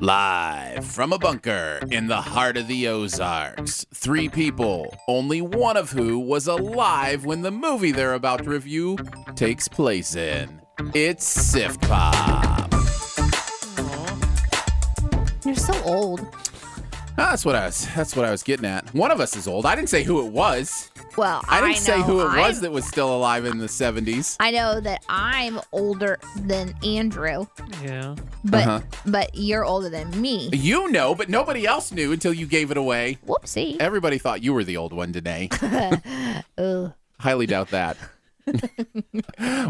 Live from a bunker in the heart of the Ozarks, three people, only one of who was alive when the movie they're about to review takes place in. It's Sift Pop. You're so old. That's what I was. That's what I was getting at. One of us is old. I didn't say who it was. Well, I didn't say know who it was I'm- that was still alive in the 70s. I know that I'm older than Andrew, Yeah. but Uh-huh. but you're older than me. You know, but nobody else knew until you gave it away. Whoopsie. Everybody thought you were the old one today. Ugh. Highly doubt that.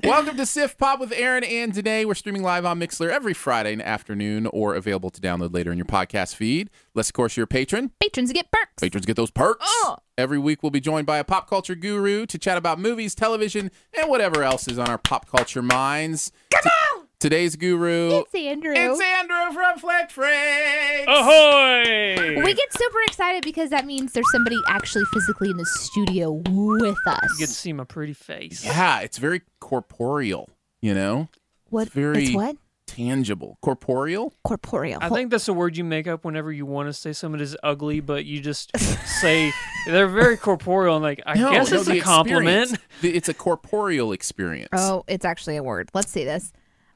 Welcome to Sif Pop with Aaron and today We're streaming live on Mixler every Friday afternoon or available to download later in your podcast feed. Unless, of course, you're a patron. Patrons get perks. Patrons get those perks. Oh. Every week, we'll be joined by a pop culture guru to chat about movies, television, and whatever else is on our pop culture minds. Come on! Today's guru, It's Andrew. it's Andrew from Flick Freaks. Oh, Ahoy! we get super excited because that means there's somebody actually physically in the studio with You get to us. see my pretty face. Yeah, it's very corporeal, you know? What? It's very it's what? tangible. Corporeal? Corporeal. I think that's a word you make up whenever you want to say someone is ugly, but you just say they're very corporeal and like I No, guess no, it's the a compliment. experience. The- It's a corporeal experience. Oh, it's actually a word. Let's see this.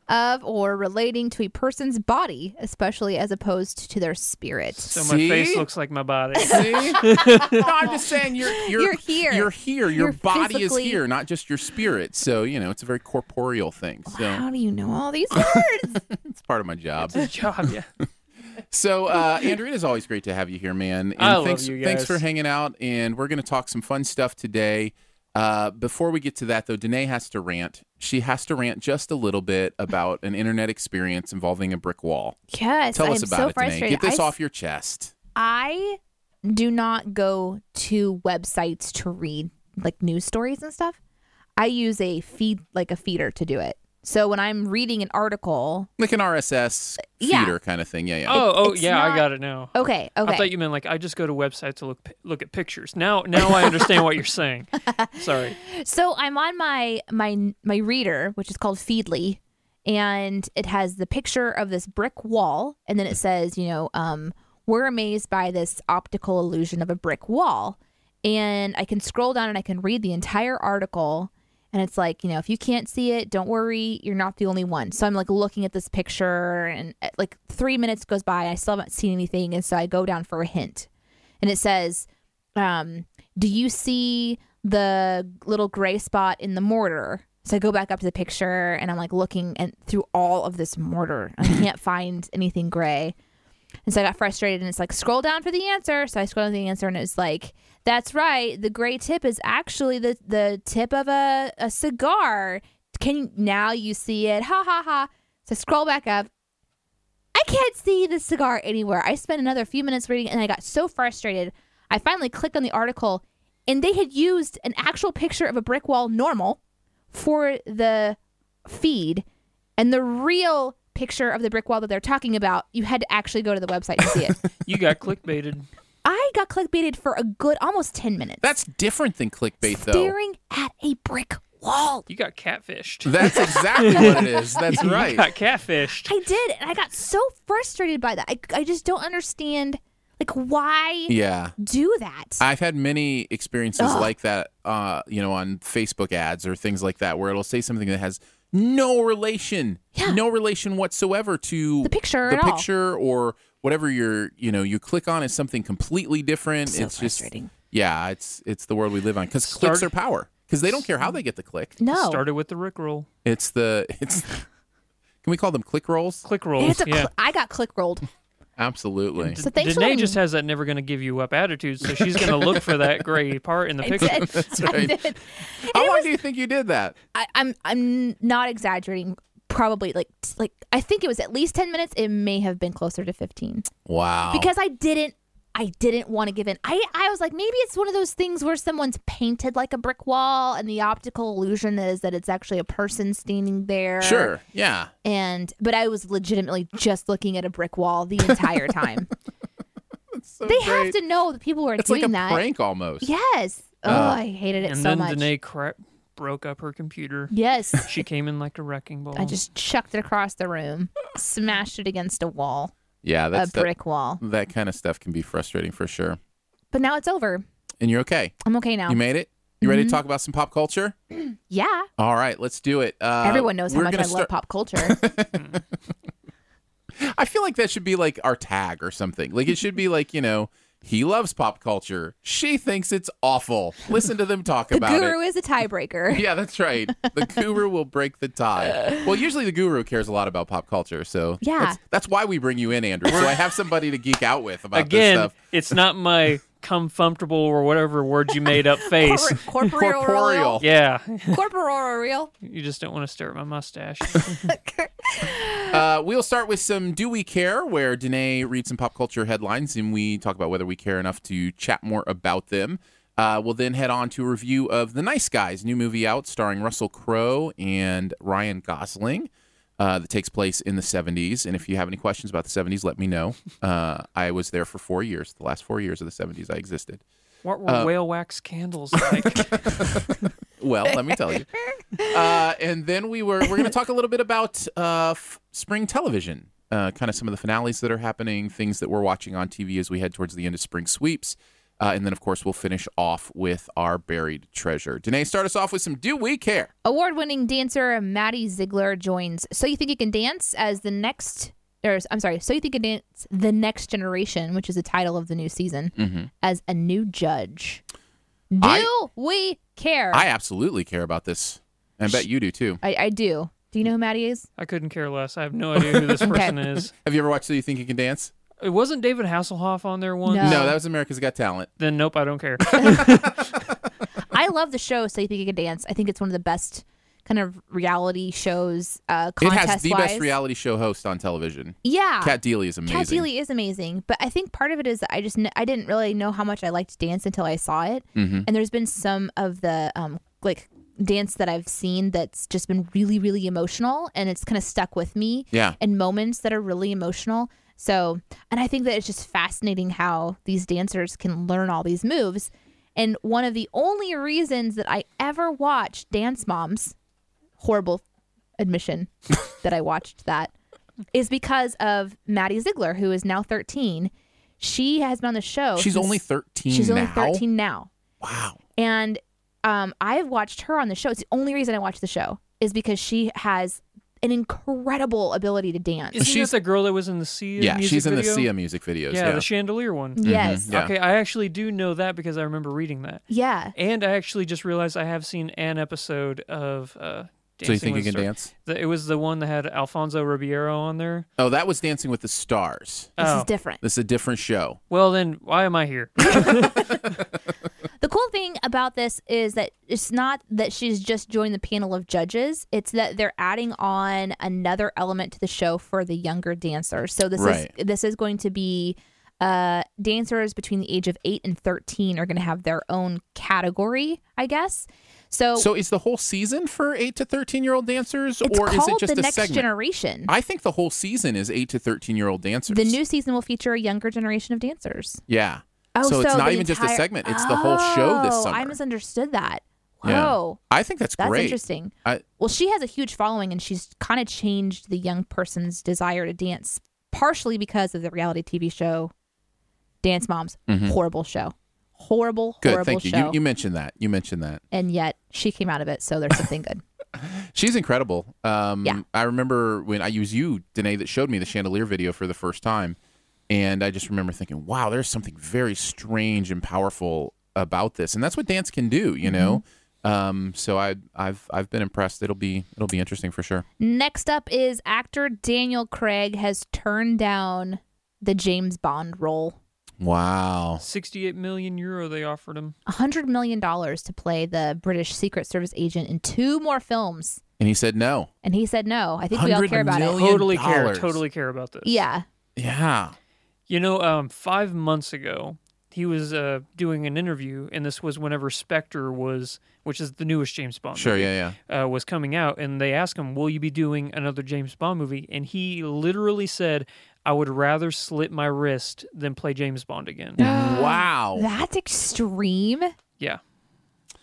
Of or relating to a person's body, especially as opposed to their spirit. So my face See? looks like my body. See? no, I'm just saying you're, you're You're here. You're here. Your You're body physically- is here, not just your spirit. So you know it's a very corporeal thing. So How do you know all these words? it's part of my job. Good job, yeah. So uh, Andrew, it is always great to have you here, man. And I love thanks, you thanks guys. for hanging out. And we're gonna talk some fun stuff today. Uh, before we get to that, though, Danae has to rant. She has to rant just a little bit about an internet experience involving a brick wall. yes, Tell I us am about so it, Danae. Get frustrated. this I, off your chest. I do not go to websites to read like news stories and stuff. I use a feed like a feeder to do it. So when I'm reading an article, Like an RSS Yeah. feeder kind of thing. Yeah, yeah. Oh, oh it's yeah, not- I got it now. okay, I thought okay, you meant like I just go to websites to look pi- look at pictures. Now now I understand what you're saying. Sorry. so I'm on my my my reader, which is called Feedly, and it has the picture of this brick wall, and then it says, you know, um, we're amazed by this optical illusion of a brick wall, and I can scroll down and I can read the entire article. And it's like, you know, if you can't see it, don't worry, you're not the only one. So I'm like looking at this picture, and uh, like three minutes goes by, I still haven't seen anything. And so I go down for a hint. And it says, um, Do you see the little gray spot in the mortar? So I go back up to the picture and I'm like looking and through all of this mortar. I can't find anything gray. And so I got frustrated and it's like, scroll down for the answer. So I scroll down to the answer and it's like, that's right. The gray tip is actually the, the tip of a, a cigar. Can you, now you see it? Ha ha ha. So I scroll back up. I can't see the cigar anywhere. I spent another few minutes reading and I got so frustrated. I finally clicked on the article and they had used an actual picture of a brick wall normal for the feed and the real picture of the brick wall that they're talking about, you had to actually go to the website to see it. You got clickbaited. I got clickbaited for a good almost 10 minutes. That's different than clickbait, though. staring at a brick wall. You got catfished. That's exactly what it is. That's You right. got catfished. I did, and I got so frustrated by that. I, I just don't understand, like, why Yeah. do that? I've had many experiences Ugh. like that, uh, you know, on Facebook ads or things like that, where it'll say something that has no relation, Yeah. no relation whatsoever to The picture the at all. picture or whatever you're, you know, you click on is something completely different. So it's just, frustrating. yeah, it's it's the world we live on because clicks Start- are power because they don't care how they get the click. No. Started with the Rick roll, It's the it's. Can we call them click rolls? click rolls. it's a cl- yeah. I got click rolled. Absolutely. So thanks for Danae letting just me- has that never going to give you up attitude, so she's going to look for that gray part in the I picture. did. I right. did. How long do you think you did that? I, I'm I'm not exaggerating. Probably like like I think it was at least ten minutes. It may have been closer to fifteen Oh. Wow. because I didn't I didn't want to give in. I I was like maybe it's one of those things where someone's painted like a brick wall and the optical illusion is that it's actually a person standing there. sure. Yeah. And but I was legitimately just looking at a brick wall the entire time. So they great. have to know that people were It's doing like a that. prank almost. Yes. Oh, Uh, I hated it and so then much. Danae crap broke up her computer. yes. She came in like a wrecking ball. I just chucked it across the room, smashed it against a wall, Yeah. That's a that- brick wall. That, kind of stuff can be frustrating for sure. But now it's over. And you're okay. I'm okay now. You made it. You ready to mm-hmm. talk about some pop culture? yeah. All right, let's do it. Uh, Everyone knows how we're much I gonna love start- pop culture. I feel like that should be like our tag or something. Like it should be like you know. He loves pop culture. She thinks it's awful. Listen to them talk the about it. guru is a tiebreaker. Yeah, that's right. The guru will break the tie. Well, usually the guru cares a lot about pop culture, so Yeah. that's, that's why we bring you in, Andrew. So I have somebody to geek out with about this Again, stuff. it's not my comfortable or whatever word you made up face. Corpor- corporeal. Corporeal. yeah, Corporeal real. you just don't want to stare at my mustache. Uh, we'll start with some Do We Care, where Danae reads some pop culture headlines and we talk about whether we care enough to chat more about them. Uh, we'll then head on to a review of The Nice Guys, new movie out starring Russell Crowe and Ryan Gosling uh, that takes place in the 70s. And if you have any questions about the 70s, let me know. Uh, I was there for four years. The last four years of the 70s, I existed. What were Uh, whale wax candles like? Well, let me tell you. Uh, and then we were we're going to talk a little bit about uh, f- spring television, uh, kind of some of the finales that are happening, things that we're watching on TV as we head towards the end of spring sweeps, uh, and then of course we'll finish off with our buried treasure. Danae, start us off with some Do We Care? Award winning dancer Maddie Ziegler joins So You Think You Can Dance as the next, or I'm sorry, So You Think You Can Dance The Next Generation, which is the title of the new season, as a new judge. Do Mm-hmm. I- we care? I absolutely care about this. I bet you do too. I, I do. Do you know who Maddie is? I couldn't care less. I have no idea who this person is. Have you ever watched Do You Think You Can Dance? It wasn't David Hasselhoff on there once. No. No, that was America's Got Talent. Then nope, I don't care. I love the show. So you think you can dance? I think it's one of the best kind of reality shows. Uh, It contest has the wise. best reality show host on television. Yeah, Kat Deely is amazing. Ah. Kat Deely is amazing, but I think part of it is that I just kn- I didn't really know how much I liked dance until I saw it. Mm-hmm. And there's been some of the um like dance that I've seen that's just been really really emotional, and it's kind of stuck with me. Yeah. and moments that are really emotional. So, and I think that it's just fascinating how these dancers can learn all these moves. And one of the only reasons that I ever watched Dance Moms, horrible admission that I watched that, is because of Maddie Ziegler, who is now 13. She has been on the show. She's since- only 13 oh, She's only now. 13 now. Wow. And um, I've watched her on the show. It's the only reason I watch the show is because she has an incredible ability to dance. Isn't She's- that the girl that was in the Sia? Yeah, music she's in video? the Sia music videos. Yeah, Yeah. the chandelier one. Yes. Yeah. Okay, I actually do know that because I remember reading that. Yeah. And I actually just realized I have seen an episode of uh, Dancing so you think you with can the Stars. dance? The- It was the one that had Alfonso Ribeiro on there. Oh, that was Dancing with the Stars. This Oh, is different. This is a different show. well then, why am I here? The cool thing about this is that it's not that she's just joined the panel of judges, it's that they're adding on another element to the show for the younger dancers. So this Right. is this is going to be uh, dancers between the age of 8 and 13 are going to have their own category, I guess. So, So is the whole season for 8 to 13 year old dancers it's or is called it just The a Next segment? Generation. I think the whole season is 8 to 13 year old dancers. the new season will feature a younger generation of dancers. Yeah. Oh, so it's so not the even just a entire- segment, it's the whole show this Oh, summer. I misunderstood that. Yeah. Whoa. I think that's, That's great. interesting. I, Well, she has a huge following and she's kind of changed the young person's desire to dance, partially because of the reality TV show Dance Moms. Horrible show. Horrible, Mm-hmm. good. horrible Thank you. show. you. You mentioned that. You mentioned that. and yet she came out of it, so there's something good. She's incredible. Um, Yeah. I remember when I used you, Danae, that showed me the chandelier video for the first time. And I just remember thinking, wow, there's something very strange and powerful about this. And that's what dance can do, Mm-hmm. you know? Um, so I, I've, I've been impressed. It'll be, it'll be interesting for sure. Next up is actor Daniel Craig has turned down the James Bond role. Wow. 68 million euro they offered him. $100 million to play the British Secret Service agent in two more films. And he said no. And he said no. I think we all 100 care about million? it. Totally care. dollars. Totally care about this. Yeah. Yeah. You know, um, five months ago, he was uh, doing an interview, and this was whenever Spectre was, which is the newest James Bond, Sure. Yeah. Yeah. uh, was coming out, and they asked him, "Will you be doing another James Bond movie?" And he literally said, "I would rather slit my wrist than play James Bond again." wow. That's extreme. Yeah.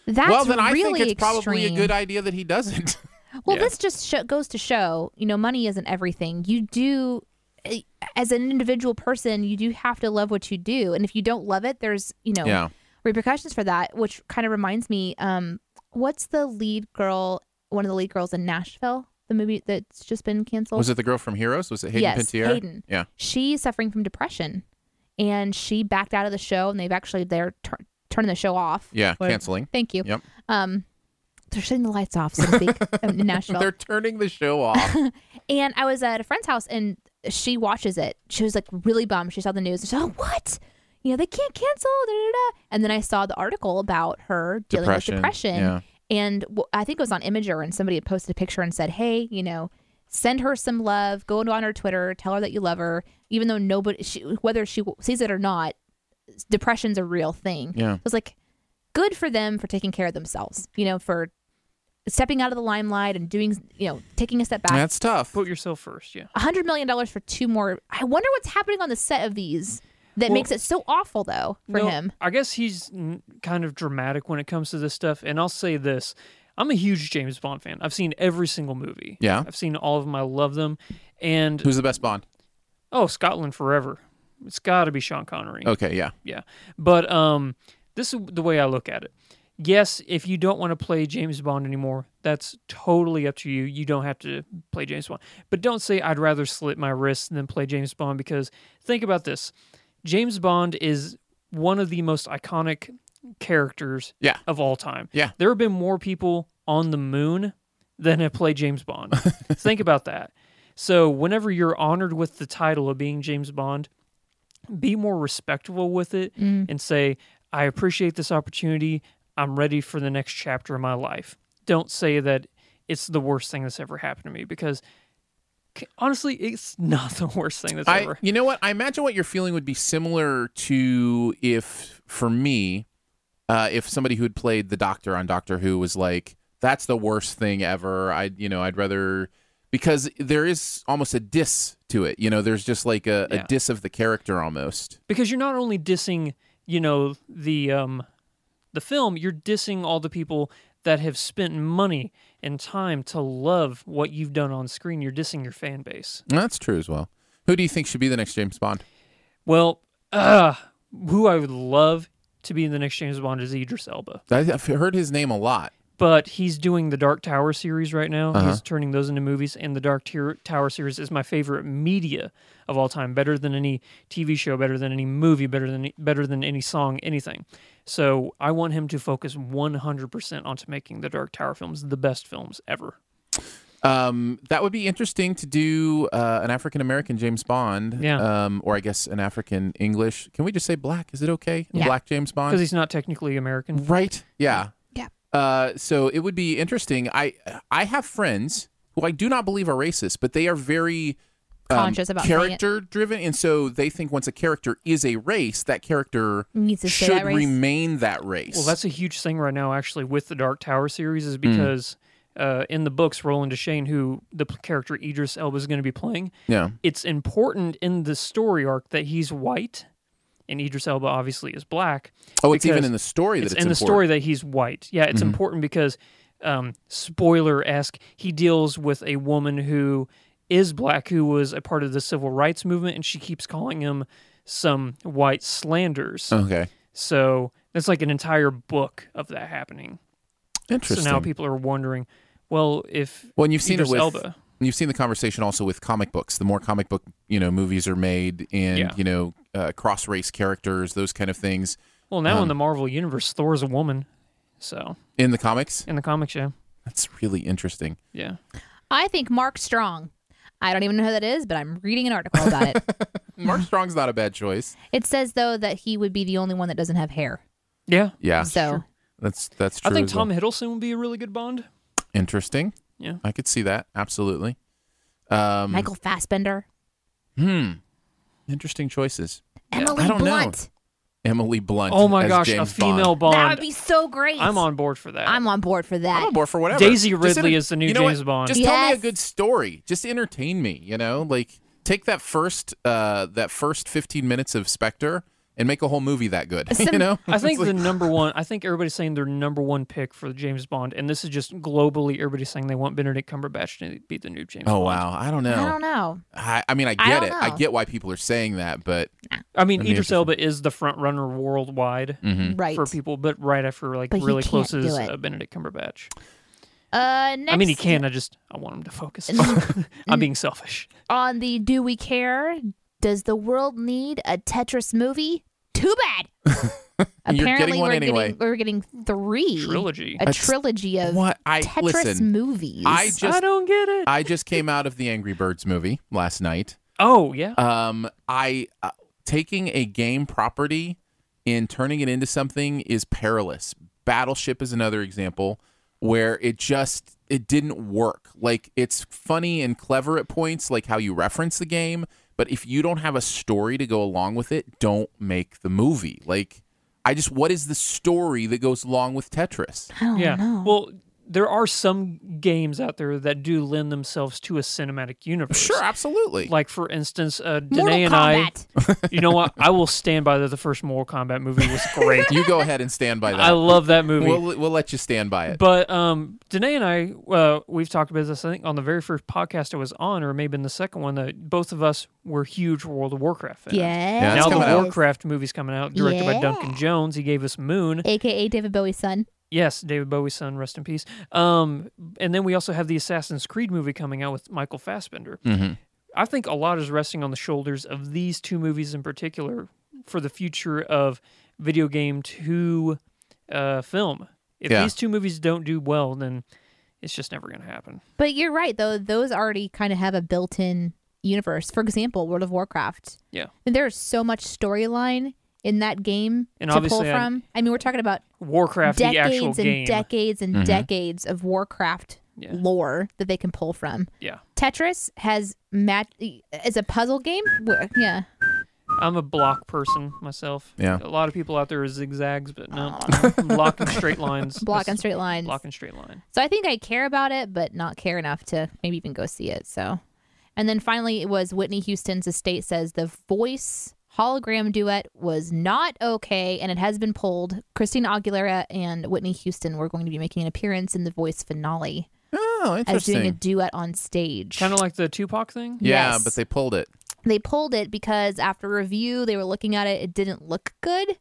That's well, then I really think it's extreme. probably a good idea that he doesn't. Well, Yeah. this just sho goes to show, you know, money isn't everything. You do, eh, as an individual person, you do have to love what you do, and if you don't love it, there's, you know, Yeah. repercussions for that. Which kind of reminds me, um, what's the lead girl? One of the lead girls in Nashville, the movie that's just been canceled. Was it the girl from Heroes? Was it Hayden yes, Panettiere? Hayden. Yeah. she's suffering from depression, and she backed out of the show, and they've actually they're tur- turning the show off. Yeah. Or- Canceling. Thank you. Yep. Um, they're shutting the lights off, so to speak, in Nashville. They're turning the show off. And I was at a friend's house and she watches it. She was like really bummed. She saw the news and she's like, oh, what? You know, they can't cancel. Da, da, da. And then I saw the article about her dealing Depression, with depression. yeah. And w- I think it was on Imager and somebody had posted a picture and said, hey, you know, send her some love. Go on her Twitter. Tell her that you love her. Even though nobody, she, whether she w- sees it or not, depression's a real thing. Yeah. So it's like good for them for taking care of themselves, you know, for stepping out of the limelight and doing, you know, taking a step back. That's tough. Put yourself first. Yeah. A $100 million for two more. I wonder what's happening on the set of these that Well- makes it so awful, though, for No, him. I guess he's n- kind of dramatic when it comes to this stuff. And I'll say this I'm a huge James Bond fan. I've seen every single movie. Yeah. I've seen all of them. I love them. And, Who's the best Bond? oh, Scotland Forever. It's got to be Sean Connery. Okay, yeah. Yeah. But um, this is the way I look at it. Yes, if you don't want to play James Bond anymore, that's totally up to you. You don't have to play James Bond. But don't say, I'd rather slit my wrist than play James Bond because think about this James Bond is one of the most iconic characters Yeah. of all time. Yeah. There have been more people on the moon than have played James Bond. Think about that. So, whenever you're honored with the title of being James Bond, be more respectful with it and say, I appreciate this opportunity. I'm ready for the next chapter of my life. Don't say that it's the worst thing that's ever happened to me because c- honestly, it's not the worst thing that's I, ever. you know what? I imagine what you're feeling would be similar to if, for me, uh, if somebody who had played the Doctor on Doctor Who was like, "That's the worst thing ever." I, you know, I'd rather because there is almost a diss to it. You know, there's just like a, Yeah. a diss of the character almost. because you're not only dissing you know the um the film you're dissing all the people that have spent money and time to love what you've done on screen you're dissing your fan base That's true as well. Who do you think should be the next James Bond? well uh who i would love to be in the next james bond is idris elba I- I've heard his name a lot. but he's doing the dark tower series right now he's turning those into movies and the dark Tier- tower series is my favorite media of all time better than any tv show better than any movie better than better than any song anything so i want him to focus 100% onto making the dark tower films the best films ever Um, that would be interesting to do uh, an African American James Bond. Yeah. Um, or I guess an African English. Can we just say black? Is it okay? Yeah. Black James because Bond. he's not technically american Right. Yeah. Yeah. Uh, so it would be interesting. I I have friends who I do not believe are racist, but they are very um, Conscious about saying it. character driven, and so they think once a character is a race, that character Needs to stay should that race. remain that race. well that's a huge thing right now actually with the dark tower series is because uh, in the books roland deschain who the p- character idris elba is going to be playing yeah. it's important in the story arc that he's white, and Idris Elba obviously is black. Oh, it's even because in the story that It's it's, Mm-hmm. in the story that he's white. Yeah, it's important because, um, spoiler esque, he deals with a woman who is black, who was a part of the civil rights movement, and she keeps calling him some white slanders. important. Okay. So that's like an entire book of that happening. So Interesting. now people are wondering, Well, if Well, and you've seen Idris it with Elba. and you've seen the conversation also with comic books. The more comic book you know movies are made, and Yeah. you know uh, cross race characters, those kind of things well now um, in the Marvel universe, Thor's a woman. So in the comics. in the comic show, That's really interesting. yeah, I think Mark Strong. I don't even know who that is, but I'm reading an article about it. Mark Strong's not a bad choice. It says though that he would be the only one that doesn't have hair. yeah. Yeah, so that's that's I true. think as well. Tom Hiddleston would be a really good Bond. Interesting. Yeah. I could see that absolutely. Um, Mm. Michael Fassbender, Hmm. Interesting choices. Emily I don't know. Blunt. Emily Blunt. Oh my as gosh, James a female Bond. Bond. That would be so great. I'm on board for that. I'm on board for I'm that. on board for whatever. Daisy Just Ridley enter- is the new you know what? James Bond. Just tell me a Yes. good story. Just entertain me. You know, like take that first uh that first 15 minutes of Spectre and make a whole movie that good. you know, I think the number one. I think everybody's saying their number one pick for James Bond, and this is just globally everybody's saying they want Benedict Cumberbatch to be the new James. Oh Bond. wow, I don't know. I don't know. I, I mean, I I get it. don't I know. get why people are saying that, but I mean, That'd be Idris Elba is the front runner worldwide mhm. Right. for people, but right after like But he really can't close do is it. uh, Benedict Cumberbatch. Uh, next I mean, he can. I just I want him to focus. I'm being selfish. on the Do We Care? Does the world need a Tetris movie? Too bad. getting Apparently, one we're anyway. getting we're getting three Trilogy. a trilogy of what I Tetris listen. movies. I just I don't get it. I just came out of the Angry Birds movie last night. oh yeah. Um, I uh, taking a game property and turning it into something is perilous. Battleship is another example where it just it didn't work. Like it's funny and clever at points, like how you reference the game, but if you don't have a story to go along with it, don't make the movie. Like I just what is the story that goes along with Tetris? I don't yeah. know. Well, there are some games out there that do lend themselves to a cinematic universe. Sure, absolutely. Like for instance, uh, Mortal Danae and I. Kombat. You know what? I will stand by that. The first Mortal Kombat movie was great. you go ahead and stand by that. I love that movie. we'll we'll let you stand by it. But um, Danae and I, uh, we've talked about this. I think on the very first podcast I was on, or maybe in the second one, that both of us were huge World of Warcraft fans. Yes. it's Now the coming out. Warcraft movie's coming out, directed by Duncan Jones. He gave us Moon. AKA David Bowie's son. Yes, David Bowie's son, rest in peace. Um, and then we also have the Assassin's Creed movie coming out with Michael Fassbender. Mhm. I think a lot is resting on the shoulders of these two movies in particular for the future of video game to uh, film. If Yeah. these two movies don't do well, then it's just never going to happen. But you're right, though. Those already kind of have a built in universe. For example, World of Warcraft. Yeah. And there's so much storyline in that game And to pull obviously I- from. I, mean, we're talking about Warcraft, the decades actual and game. decades and decades of Warcraft Yeah. lore that they can pull from. yeah. Tetris has mat is a puzzle game. Wh- Yeah. I'm a block person myself. Yeah. A lot of people out there are zigzags, but no. I'm blocking straight lines. Block and That's- straight lines. Block and straight line. So I think I care about it, but not care enough to maybe even go see it. So, and then finally, it was Whitney Houston's estate says the voice hologram duet was not okay, and it has been pulled. Christina Aguilera and Whitney Houston were going to be making an appearance in the voice finale Oh, as interesting. doing a duet on stage. Kind of like the Tupac thing. yeah, Yes. but they pulled it. they pulled it because after review, they were looking at it; it didn't look good,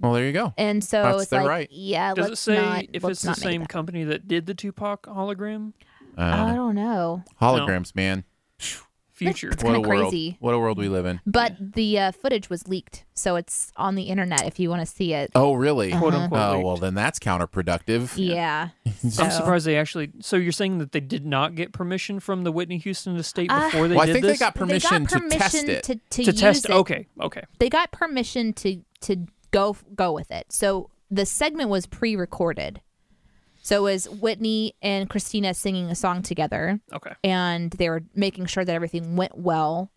Well, there you go. and so That's it's their like, right. yeah, Does it let's say not- if let's it's the not make same that. company that did the Tupac hologram? Uh, I don't know. Holograms, man. Future. It's what a kinda world. crazy. What a world we live in. But the uh, footage was leaked, so it's on the internet if you want to see it. Oh, really? Quote unquote. Oh, leaked. well, then that's counterproductive. Yeah. I'm So- surprised they actually. So you're saying that they did not get permission from the Whitney Houston estate Uh, before they Well, I did think this they got permission, they got permission to test it. to, to, to use test. It. Okay, okay. They got permission to to go go with it. So the segment was pre-recorded. So it was Whitney and Christina singing a song together, Okay. and they were making sure that everything went well.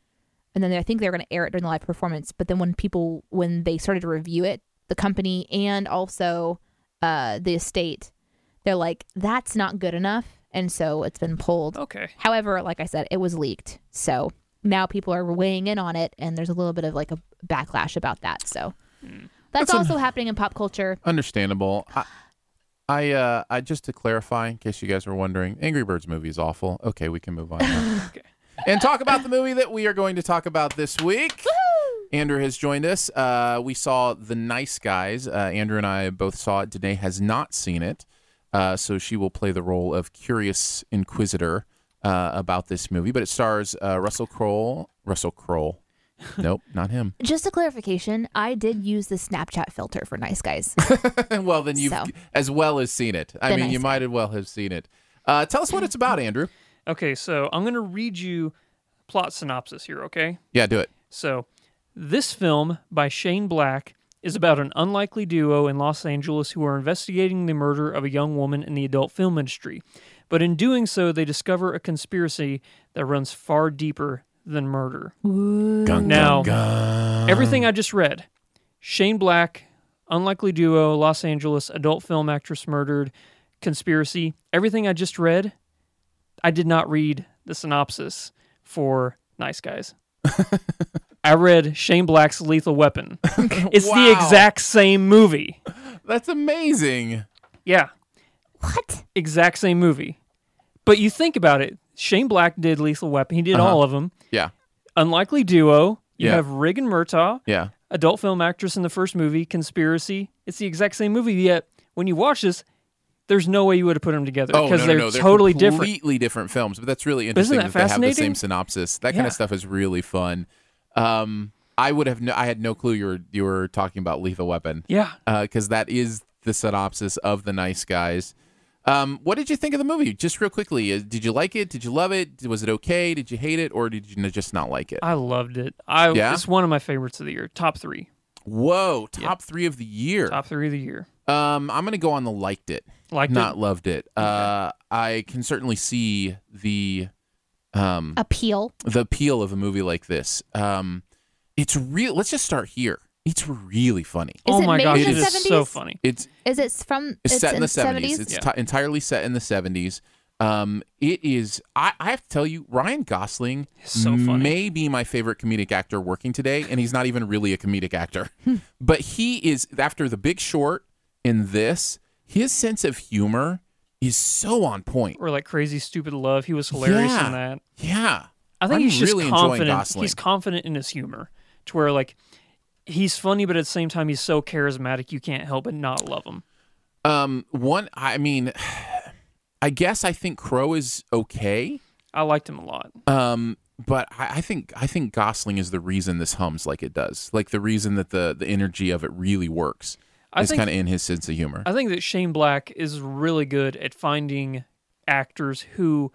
And then I think they were going to air it during the live performance. But then when people when they started to review it, the company and also uh, the estate, they're like, "That's not good enough," and so it's been pulled. Okay. However, like I said, it was leaked. So now people are weighing in on it, and there's a little bit of like a backlash about that. So that's, also happening in pop culture. Understandable. I, I, uh, I just to clarify, in case you guys were wondering, Angry Birds movie is awful. Okay, we can move on. now. Okay. And talk about the movie that we are going to talk about this week. Andrew has joined us. Uh, we saw The Nice Guys. Uh, Andrew and I both saw it. Danae has not seen it. Uh, so she will play the role of curious inquisitor uh, about this movie. But it stars uh, Russell Crowe. Russell Crowe. Nope, not him. Just a clarification, I did use the Snapchat filter for nice guys. well, then you've So. as well as seen it. I The mean, nice you might as well have seen it. Uh, tell us what it's about, Andrew. Okay, so I'm going to read you plot synopsis here, okay? Yeah, do it. So, this film by Shane Black is about an unlikely duo in Los Angeles who are investigating the murder of a young woman in the adult film industry. But in doing so, they discover a conspiracy that runs far deeper than murder. Gun, Now- gun. Everything I just read Shane Black, unlikely duo, Los Angeles, adult film actress murdered, conspiracy. Everything I just read, I did not read the synopsis for Nice Guys. I read Shane Black's Lethal Weapon. It's the Wow. exact same movie. That's amazing. Yeah, what? exact same movie. But you think about it Shane Black did Lethal Weapon, he did all of them. Yeah, Unlikely duo, you Uh-huh. Yeah. have Rig and Murtaugh. yeah. adult film actress in the first movie, Conspiracy. It's the exact same movie, yet when you watch this, there's no way you would have put them together Oh, no, because no, they're no. They're totally different. completely different films, but that's really isn't interesting that they have the fascinating? same synopsis. That kind Yeah. of stuff is really fun. Um, I would have no, I had no clue you were you were talking about Lethal Weapon Yeah. because that is the synopsis of the Nice Guys. Um, what did you think of the movie? Just real quickly, uh, did you like it? Did you love it? Was it okay? Did you hate it, or did you n- just not like it? I loved it. I Yeah? it's one of my favorites of the year. Top three. Whoa, top three of the year. Top three of the year. Um, I'm gonna go on the liked it. Liked not loved it. Uh, I can certainly see the um Appeal. the appeal of a movie like this. Um, it's real. Let's just start here. It's really funny. oh Is it my made gosh, in it the is so 70s? funny. It's Is it from it's, set in the 70s? seventies. It's ti- entirely set in the seventies. Um, it is. I, I have to tell you, Ryan Gosling so funny. may be my favorite comedic actor working today, and he's not even really a comedic actor. Hmm. but he is after The Big Short in this. His sense of humor is so on point. Or like crazy stupid love. He was hilarious Yeah. in that. Yeah, I think I'm he's just really enjoying confident. Gosling. He's confident in his humor to where like he's funny, but at the same time he's so charismatic you can't help but not love him. Um, one. I mean, I guess I think Crow is okay. I liked him a lot. Um, but I, I think I think Gosling is the reason this hums like it does. Like the reason that the the energy of it really works I is think kind of in his sense of humor. I think that Shane Black is really good at finding actors who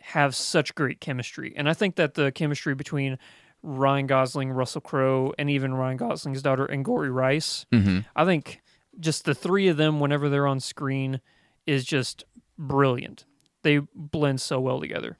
have such great chemistry. And I think that the chemistry between Ryan Gosling, Russell Crowe, and even Ryan Gosling's daughter, Angori Rice, I think just the three of them, whenever they're on screen, is just brilliant. They blend so well together.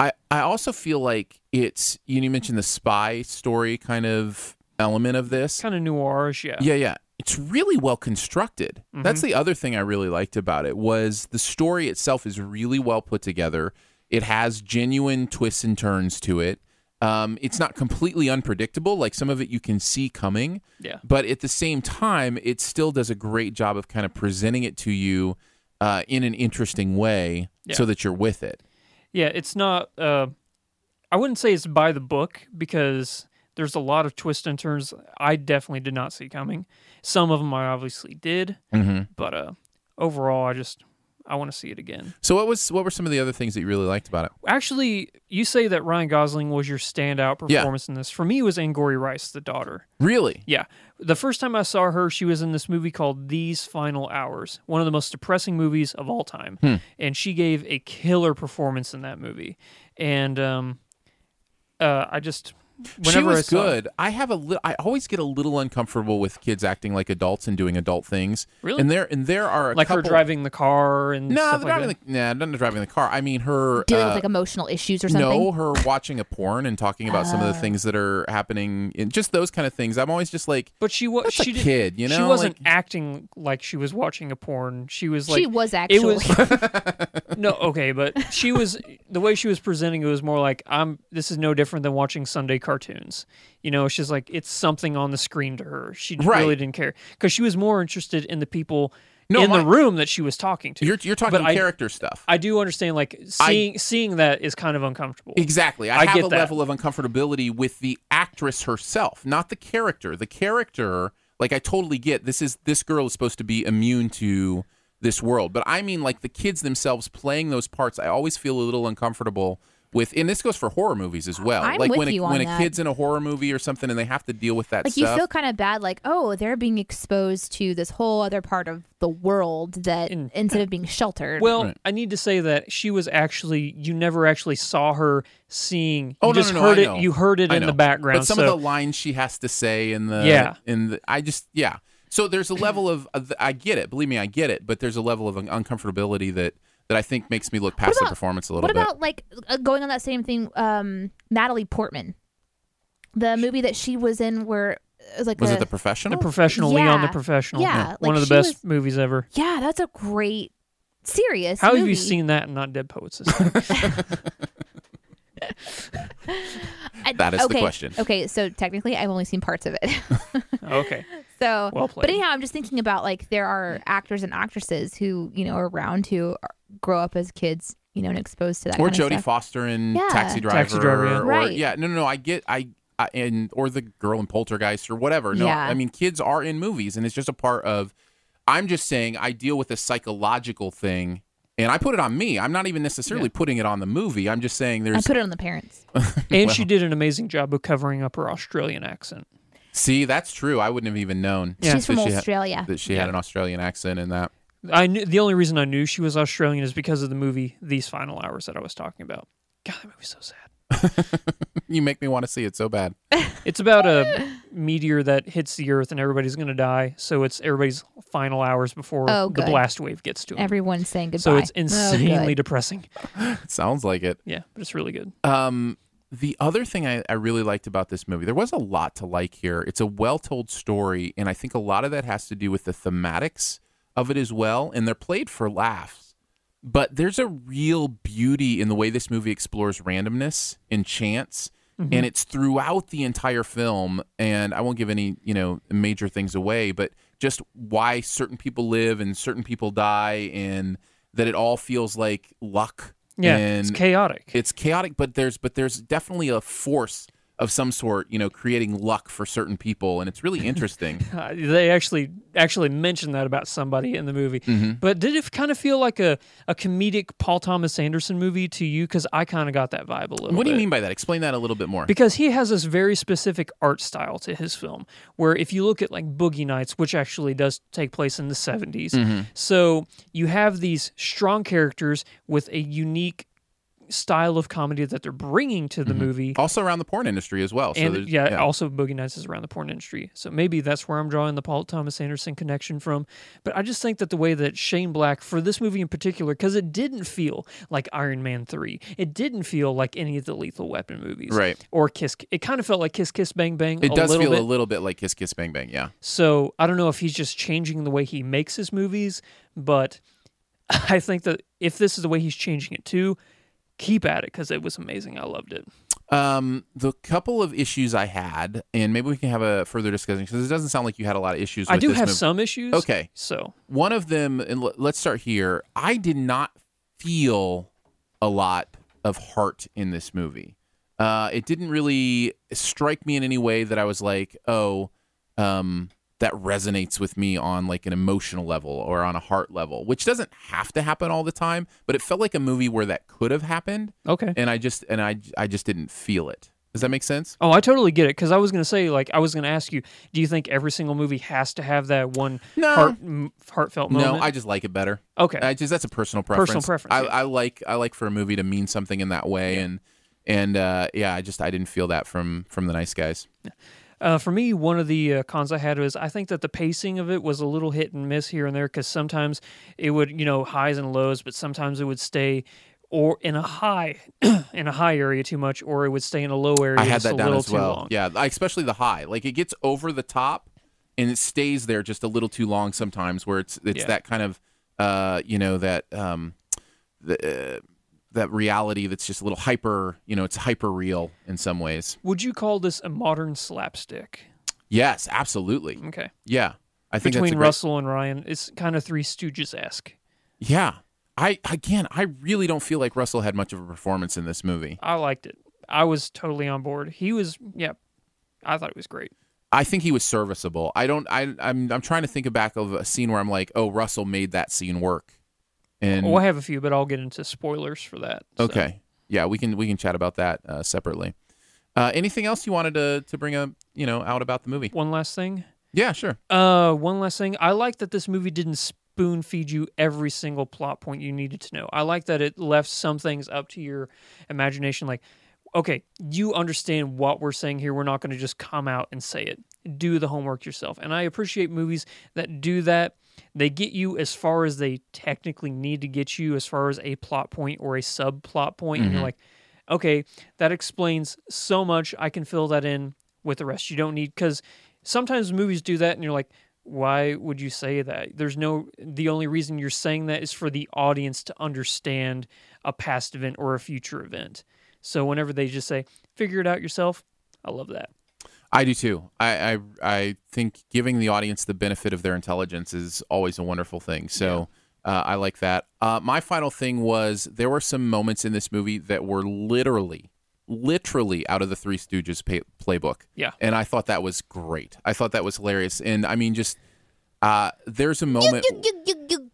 I I also feel like it's you, know, you mentioned the spy story kind of element of this. Kind of noirish, yeah. Yeah, yeah. It's really well constructed. Mm-hmm. That's the other thing I really liked about it was the story itself is really well put together. It has genuine twists and turns to it. Um, it's not completely unpredictable. Like some of it you can see coming. Yeah. But at the same time, it still does a great job of kind of presenting it to you uh, in an interesting way Yeah. so that you're with it. Yeah, it's not. Uh, I wouldn't say it's by the book because there's a lot of twists and turns I definitely did not see coming. Some of them I obviously did, but uh, overall, I just I want to see it again. So what was what were some of the other things that you really liked about it? Actually, you say that Ryan Gosling was your standout Yeah. performance in this. For me, it was Angori Rice, the daughter. Really? Yeah. The first time I saw her, she was in this movie called These Final Hours, one of the most depressing movies of all time. Hmm. And she gave a killer performance in that movie. And um, uh, I just, whenever she was I saw good. I have a li- I always get a little uncomfortable with kids acting like adults and doing adult things. Really? And there and there are a like couple, her driving the car and No, stuff the like driving that. the nah, not the driving the car. I mean her. Dealing with uh, like emotional issues or something? Oh. no, her watching a porn and talking about some of the things that are happening. In, just those kind of things. I'm always just like, but she was That's a she did, kid, you She know, wasn't like- acting like she was watching a porn. She was like she was actually. it was no okay but she was the way she was presenting it was more like i'm this is no different than watching sunday cartoons you know she's like it's something on the screen to her she Right. really didn't care because she was more interested in the people No, in the my- room that she was talking to you're you're talking But I- character stuff. i do understand like seeing seeing that is kind of uncomfortable Exactly. I, I have get a that. level of uncomfortability with the actress herself, not the character. The character, like I totally get this is this girl is supposed to be immune to this world. But I mean, like the kids themselves playing those parts, I always feel a little uncomfortable with. And this goes for horror movies as well. I'm like with when you a, on when that. a kid's in a horror movie or something, and they have to deal with that Like you stuff. feel kind of bad, like oh, they're being exposed to this whole other part of the world that And- instead of being sheltered. Well, Right. I need to say that she was actually you never actually saw her seeing. Oh you no, just no, no, heard I it. know. You heard it I in know. the background. But some so of the lines she has to say in the Yeah. in the I just yeah. So there's a level of of- I get it. Believe me, I get it. But there's a level of un- uncomfortability that that I think makes me look past the about- performance a little what bit. about like uh, going on that same thing? Um, Natalie Portman, the movie that she was in, where uh, it was like was a, it the professional? the professional, Leon the Yeah. professional, Yeah, like one of the she best was- movies ever. yeah, that's a great serious. How have movie. you seen that and not Dead Poets Society? I- That is the okay, question. Okay, so technically, I've only seen parts of it. okay, So, Well but played. anyhow, I'm just thinking about like there are actors and actresses who you know are around who are, grow up as kids, you know, and exposed to that. or kind Jodie of stuff. Foster in Yeah. Taxi Driver, Taxi Driver, yeah. or Right. yeah, no, no, no. I get, I, I, and or the girl in Poltergeist or whatever. No, Yeah. I mean kids are in movies, and it's just a part of. I'm just saying, I deal with a psychological thing, and I put it on me. I'm not even necessarily putting it on the movie. I'm just saying I there's. put it on the parents. and she did an amazing job of covering up her Australian accent. see, that's true. I wouldn't have even known Yeah. She's So from she had- Australia. that she had an Australian accent in that. I knew the only reason I knew she was Australian is because of the movie These Final Hours that I was talking about. God, that movie's so sad. You make me want to see it so bad. It's about a meteor that hits the earth and everybody's going to die. So it's everybody's final hours before Oh, the good. blast wave gets to them. Everyone's saying goodbye. so it's Oh, good. insanely depressing. It sounds like it. Yeah, but it's really good. Um, the other thing I, I really liked about this movie, there was a lot to like here. It's a well told story, and I think a lot of that has to do with the thematics of it as well. And they're played for laughs. But there's a real beauty in the way this movie explores randomness and chance. Mm-hmm. And it's throughout the entire film. And I won't give any, you know, major things away, but just why certain people live and certain people die and that it all feels like luck. Yeah, and it's chaotic. it's chaotic but there's but there's definitely a force of some sort you know creating luck for certain people and it's really interesting Uh, they actually actually mentioned that about somebody in the movie. Mm-hmm. But did it kind of feel like a, a comedic Paul Thomas Anderson movie to you? Because I kind of got that vibe a little what do you bit. mean by that explain that a little bit more because he has this very specific art style to his film where if you look at like boogie nights which actually does take place in the 70s Mm-hmm. so you have these strong characters with a unique style of comedy that they're bringing to the Mm-hmm. movie also around the porn industry as well so and there's- yeah, also Boogie Nights is around the porn industry, so maybe that's where I'm drawing the Paul Thomas Anderson connection from. But I just think that the way that Shane Black for this movie in particular, because it didn't feel like Iron Man three, it didn't feel like any of the Lethal Weapon movies, Right. Or Kiss, it kind of felt like Kiss Kiss Bang Bang. it a does little feel bit. a little bit like kiss kiss bang bang yeah So I don't know if he's just changing the way he makes his movies, but I think that if this is the way he's changing it too, keep at it because it was amazing. I loved it. um the couple of issues i had and maybe we can have a further discussion because it doesn't sound like you had a lot of issues I with do this have movie. some issues. Okay. So one of them and l- let's start here i did not feel a lot of heart in this movie uh, it didn't really strike me in any way that i was like oh um, that resonates with me on like an emotional level or on a heart level which doesn't have to happen all the time but it felt like a movie where that could have happened okay. and i just and i i just didn't feel it does that make sense Oh, I totally get it. Because I was going to say, like, I was going to ask you, do you think every single movie has to have that one No. heart, m- heartfelt moment? no i just like it better Okay. I just that's a personal preference. Personal preference, I, yeah. I like I like for a movie to mean something in that way, and and uh, yeah, I just I didn't feel that from from the nice guys. Uh, for me, one of the uh, cons I had was I think that the pacing of it was a little hit and miss here and there because sometimes it would, you know, highs and lows, but sometimes it would stay or in a high in a high area too much, or it would stay in a low area I had just that a down little as too well. long. Yeah, like, especially the high, like it gets over the top, and it stays there just a little too long sometimes, where it's it's Yeah. that kind of uh, you know that um, the, uh, that reality that's just a little hyper, you know, it's hyper real in some ways. Would you call this a modern slapstick? Yes, absolutely. Okay. Yeah, I think that's a Between great- Russell and Ryan, it's kind of Three Stooges esque. Yeah. I again, I really don't feel like Russell had much of a performance in this movie. I liked it. I was totally on board. He was, yeah, I thought it was great. I think he was serviceable. I don't. I I'm I'm trying to think back of a scene where I'm like, oh, Russell made that scene work. And Well, I have a few, but I'll get into spoilers for that. so. okay, yeah, we can we can chat about that uh, separately. Uh, anything else you wanted to to bring up? You know, out about the movie? One last thing. Yeah, sure. Uh, one last thing. I like that this movie didn't spoon feed you every single plot point you needed to know. I like that it left some things up to your imagination. Like, okay, you understand what we're saying here. We're not going to just come out and say it. Do the homework yourself. And I appreciate movies that do that. They get you as far as they technically need to get you, as far as a plot point or a sub plot point. And you're like, okay, that explains so much. I can fill that in with the rest. You don't need because sometimes movies do that, and you're like, why would you say that? There's no. The only reason you're saying that is for the audience to understand a past event or a future event. So whenever they just say, figure it out yourself, I love that. I do too. I, I I think giving the audience the benefit of their intelligence is always a wonderful thing. So uh, I like that. Uh, my final thing was there were some moments in this movie that were literally, literally out of the Three Stooges pay- playbook. Yeah. and I thought that was great. I thought that was hilarious. And I mean, just uh, there's a moment.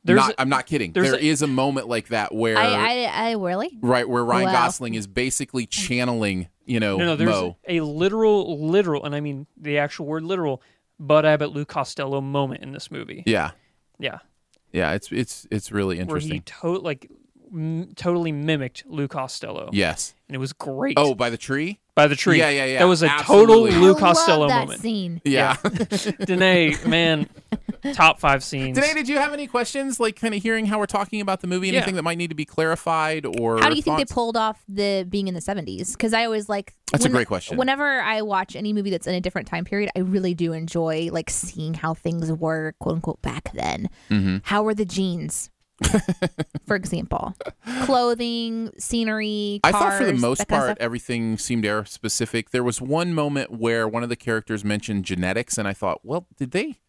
There's not, a- I'm not kidding. There there's is a- a moment like that where I, I, I really. right where Ryan Wow. Gosling is basically channeling, you know, no, no. There's Oh, Mo. a literal, literal, and I mean the actual word literal. Bud Abbott, Lou Costello moment in this movie. Yeah, yeah. yeah. It's it's it's really where he interesting. to- like m- totally mimicked Lou Costello. Yes. and it was great. Oh, by the tree. by the tree. yeah, yeah, yeah, That was a absolutely. total I Lou love Costello that moment. scene. Yeah. Danae, man, top five scenes. Today, did you have any questions? Like, kind of hearing how we're talking about the movie, Yeah. anything that might need to be clarified or How do you think they thoughts? pulled off the being in the 70s? Because I always like. That's a great question. Whenever I watch any movie that's in a different time period, I really do enjoy like seeing how things were, quote unquote, back then. Mm-hmm. How were the jeans? for example, clothing, scenery. I thought for the cars, most that kind of part stuff. everything seemed era specific. There was one moment where one of the characters mentioned genetics, and I thought, well, did they,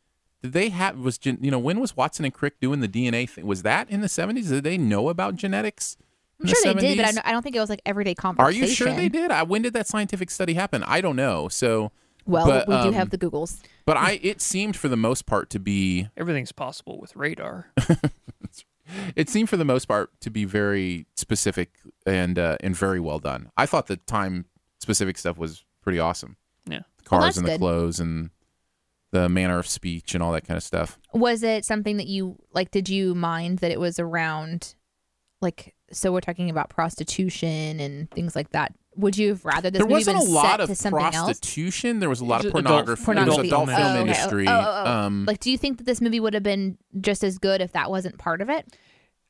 did they have was gen, you know when was Watson and Crick doing the DNA thing? Was that in the seventies? Did they know about genetics? in I'm the sure they did, but I 70s? don't- I don't think it was like everyday Are conversation. you sure they did? I, when did that scientific study happen? I don't know. So, Well, But, we um, do have the Googles. but I it seemed for the most part to be Everything's possible with radar. it seemed for the most part to be very specific and uh, and very well done. I thought the time specific stuff was pretty awesome. Yeah. the Well, cars that's and the good. clothes and the manner of speech and all that kind of stuff. Was it something that you like? Did you mind that it was around, like, so we're talking about prostitution and things like that? Would you have rather this there movie wasn't a been lot set of to something else? prostitution. There was a lot of Just adult- pornography. pornography. There was adult Oh, film okay. industry. Oh, oh, oh. Um, Like, do you think that this movie would have been just as good if that wasn't part of it?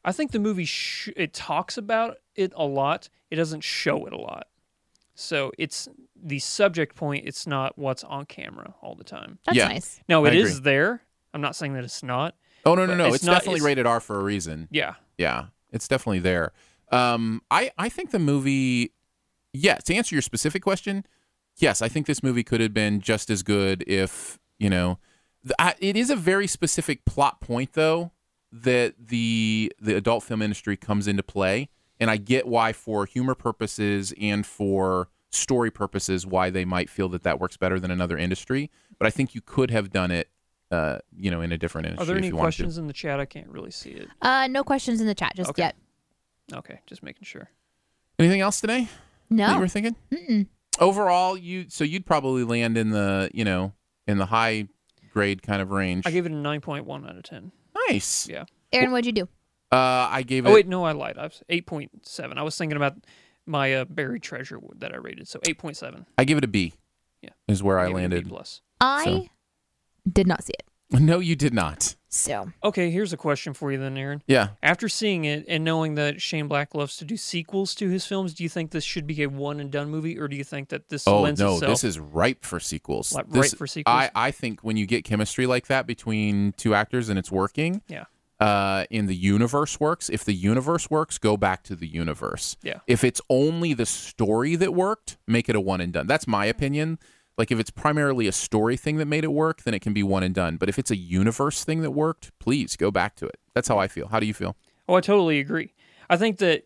I think the movie sh- it talks about it a lot. It doesn't show it a lot. So it's the subject point. It's not what's on camera all the time. That's Yeah. nice. No, I it is agree. there. I'm not saying that it's not. oh no no but no! it's It's, not- definitely it's- rated R for a reason. Yeah. Yeah, it's definitely there. Um, I I think the movie, yeah. To answer your specific question, yes, I think this movie could have been just as good if you know. th- I, it is a very specific plot point though that the the adult film industry comes into play, and I get why for humor purposes and for story purposes why they might feel that that works better than another industry. But I think you could have done it, uh, you know, in a different industry. Are there if any you wanted to. questions in the chat? I can't really see it. Uh, no questions in the chat just Okay. yet. Okay, just making sure. Anything else today? that you No, were thinking? Oh. Mm-mm. Overall, you so you'd probably land in the you know in the high grade kind of range. I gave it a 9.1 out of 10. nice. Yeah. Aaron, what'd you do? Uh, I gave Oh it. wait, no, I lied. I was eight point seven. I was thinking about my uh, buried treasure that I rated. So eight point seven. I give it a B. Yeah. is where I landed. Plus. I So- did not see it. No, you did not. So Okay, here's a question for you then, Aaron. Yeah. After seeing it and knowing that Shane Black loves to do sequels to his films, do you think this should be a one and done movie, or do you think that this Oh lends no, itself? this is ripe for sequels. Like, This- ripe for sequels? I I think when you get chemistry like that between two actors and it's working. Yeah. Uh, in the universe works. If the universe works, go back to the universe. Yeah. If it's only the story that worked, make it a one and done. That's my Mm-hmm. opinion. Like if it's primarily a story thing that made it work, then it can be one and done. But if it's a universe thing that worked, please go back to it. That's how I feel. How do you feel? Oh, I totally agree. I think that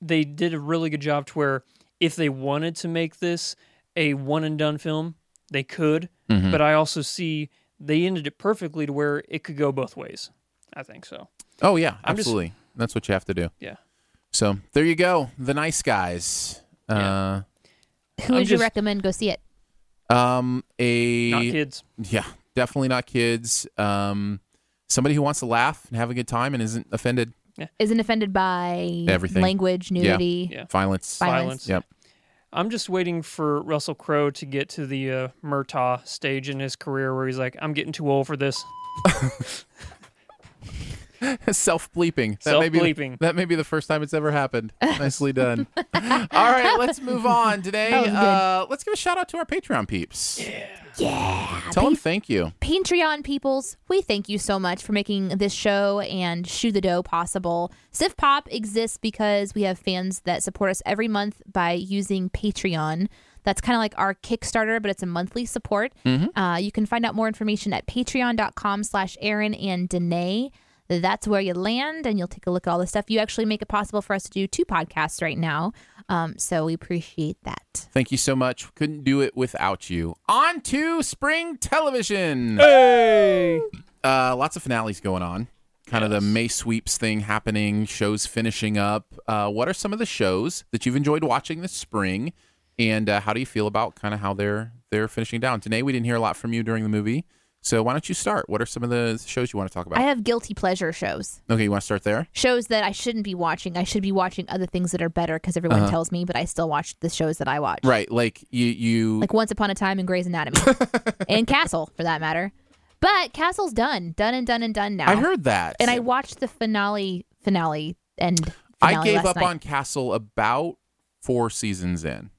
they did a really good job to where if they wanted to make this a one and done film, They could, Mm-hmm. but I also see they ended it perfectly to where it could go both ways. I think so. Oh yeah, I'm just- absolutely. That's what you have to do. Yeah. So there you go. The nice guys. Uh, Who I'm would you just- recommend go see it? Um. Not A kids. yeah, definitely not kids. Um. Somebody who wants to laugh and have a good time and isn't offended. Isn't offended by Everything. language, nudity. Yeah. Violence. Violence. Yep. I'm just waiting for Russell Crowe to get to the uh, Murtaugh stage in his career where he's like, I'm getting too old for this. Self bleeping. Self-bleeping. That may be the first time it's ever happened. Nicely done. All right, let's move on today. That was good. Uh, let's give a shout out to our Patreon peeps. Yeah. Tell them thank you. Patreon peoples, we thank you so much for making this show and Shoe the Dough possible. Sif Pop exists because we have fans that support us every month by using Patreon. That's kind of like our Kickstarter, but it's a monthly support. Uh, you can find out more information at patreon.com slash Aaron and Danae. That's where you land, and you'll take a look at all the stuff. You actually make it possible for us to do two podcasts right now. Um, so we appreciate that. Thank you so much. Couldn't do it without you. On to spring television. Hey! Uh, lots of finales going on. Kind of the May sweeps thing happening, shows finishing up. Uh, what are some of the shows that you've enjoyed watching this spring? And uh, how do you feel about kind of how they're they're finishing down? Today we didn't hear a lot from you during the movie. So why don't you start? What are some of the shows you want to talk I about? have guilty pleasure shows. okay, you want to start there? shows that I shouldn't be watching. I should be watching other things that are better because everyone tells me, but I still watch the shows that I watch. Uh-huh. Right, like you you Like Once Upon a Time and Grey's Anatomy and Castle, for that matter. But Castle's done, done and done and done now. I heard that. and I watched the finale, finale, and finale I gave last up night. on Castle about 4 seasons in.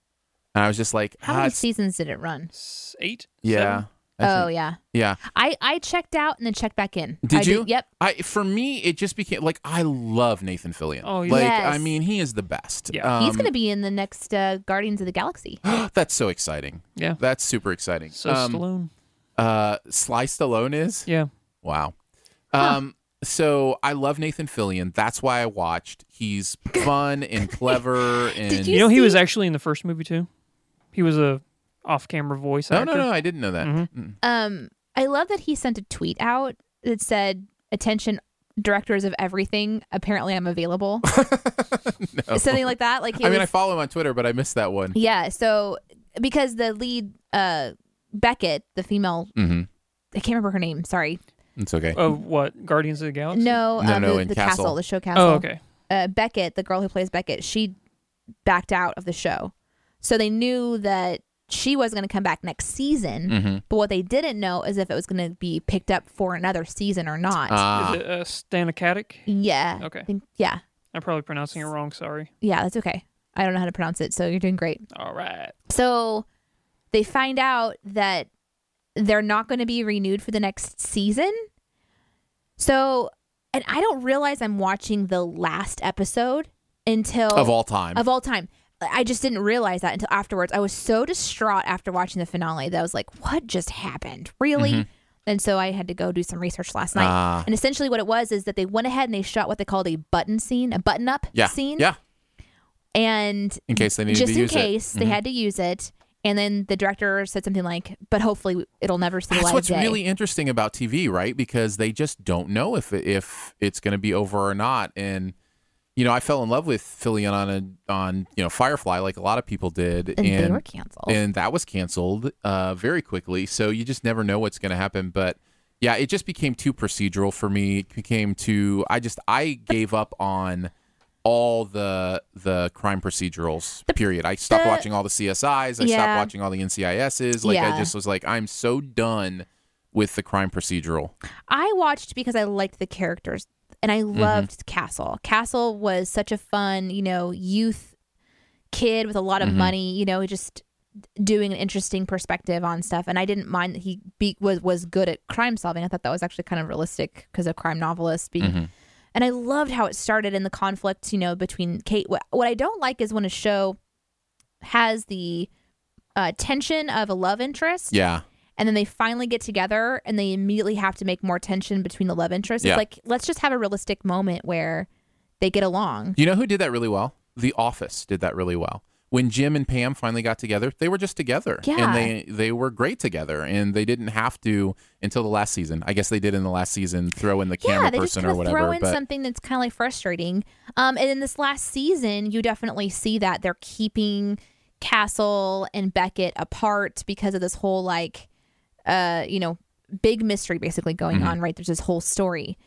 And I was just like, how ah, many it's- seasons did it run? S- Eight? Yeah. Seven? I Oh think- yeah, yeah. I I checked out and then checked back in. Did I you? yep. I for me it just became like I love Nathan Fillion. Oh, yeah. Like Yes. I mean he is the best. Yeah. Um, He's gonna be in the next uh, Guardians of the Galaxy. that's so exciting. Yeah. That's super exciting. Um, So Stallone. uh Sly Stallone is? Yeah. Wow. Um so I love Nathan Fillion. That's why I watched. He's fun and clever and Did You, You know, he was see- actually in the first movie too. He was a off-camera voice No, actor. no, no, I didn't know that. Mm. Um, I love that he sent a tweet out that said, "Attention, directors of everything. Apparently, I'm available." Something like that. Like, he I mean, I was- follow him on Twitter, but I missed that one. yeah. So because the lead, uh, Beckett, the female, Mhm. I can't remember her name. Sorry. It's okay. Of what? Guardians of the Galaxy? No, No, um, no, the, in the Castle. the show Castle. Oh, okay. Uh, Beckett, the girl who plays Beckett, she backed out of the show, so they knew that she was going to come back next season. Mhm. But what they didn't know is if it was going to be picked up for another season or not. Ah. Is it uh, Stanicatic? yeah. Okay. I think, yeah. I'm probably pronouncing it wrong. Sorry. Yeah, that's okay. I don't know how to pronounce it, so you're doing great. All right. So they find out that they're not going to be renewed for the next season. So, and I don't realize I'm watching the last episode until of all time. of all time. I just didn't realize that until afterwards. I was so distraught after watching the finale that I was like, "What just happened? Really?" And so I had to go do some research last night. Mm-hmm. Ah. And essentially, what it was is that they went ahead and they shot what they called a button scene, a button-up yeah. scene, Yeah. and In case they needed just to in use it. Mm-hmm. case they had to use it. And then the director said something like, "But hopefully it'll never see the That's light what's of day." really interesting about TV, right? Because they just don't know if if it's going to be over or not. And you know, I fell in love with Fillion on a on you know Firefly, like a lot of people did, and, they and were canceled. and that was canceled uh, very quickly. So you just never know what's going to happen. But yeah, it just became too procedural for me. It became too. I just I gave up on all the the crime procedurals. Period. I stopped the- watching all the CSIs. I stopped Yeah. watching all the NCISs. Like I Yeah. just was like, I'm so done with the crime procedural. I watched because I liked the characters and I loved Castle. Castle was such a fun, you know, youth kid with a lot of money, you know, just doing an interesting perspective on stuff and I didn't mind that he be, was was good at crime solving. I thought that was actually kind of realistic because a crime novelist being And I loved how it started in the conflict, you know, between Kate. What, what I don't like is when a show has the uh, tension of a love interest Yeah. and then they finally get together and they immediately have to make more tension between the love interests. Yeah. It's like let's just have a realistic moment where they get along. You know who did that really well? The Office did that really well. when Jim and Pam finally got together, they were just together, Yeah. and they they were great together, and they didn't have to until the last season. I guess they did in the last season throw in the camera yeah, they just person kind or of whatever. throw in but something that's kind of like frustrating. Um, and in this last season, you definitely see that they're keeping Castle and Beckett apart because of this whole like, uh, you know, big mystery basically going Mm-hmm. on. Right, there's this whole story,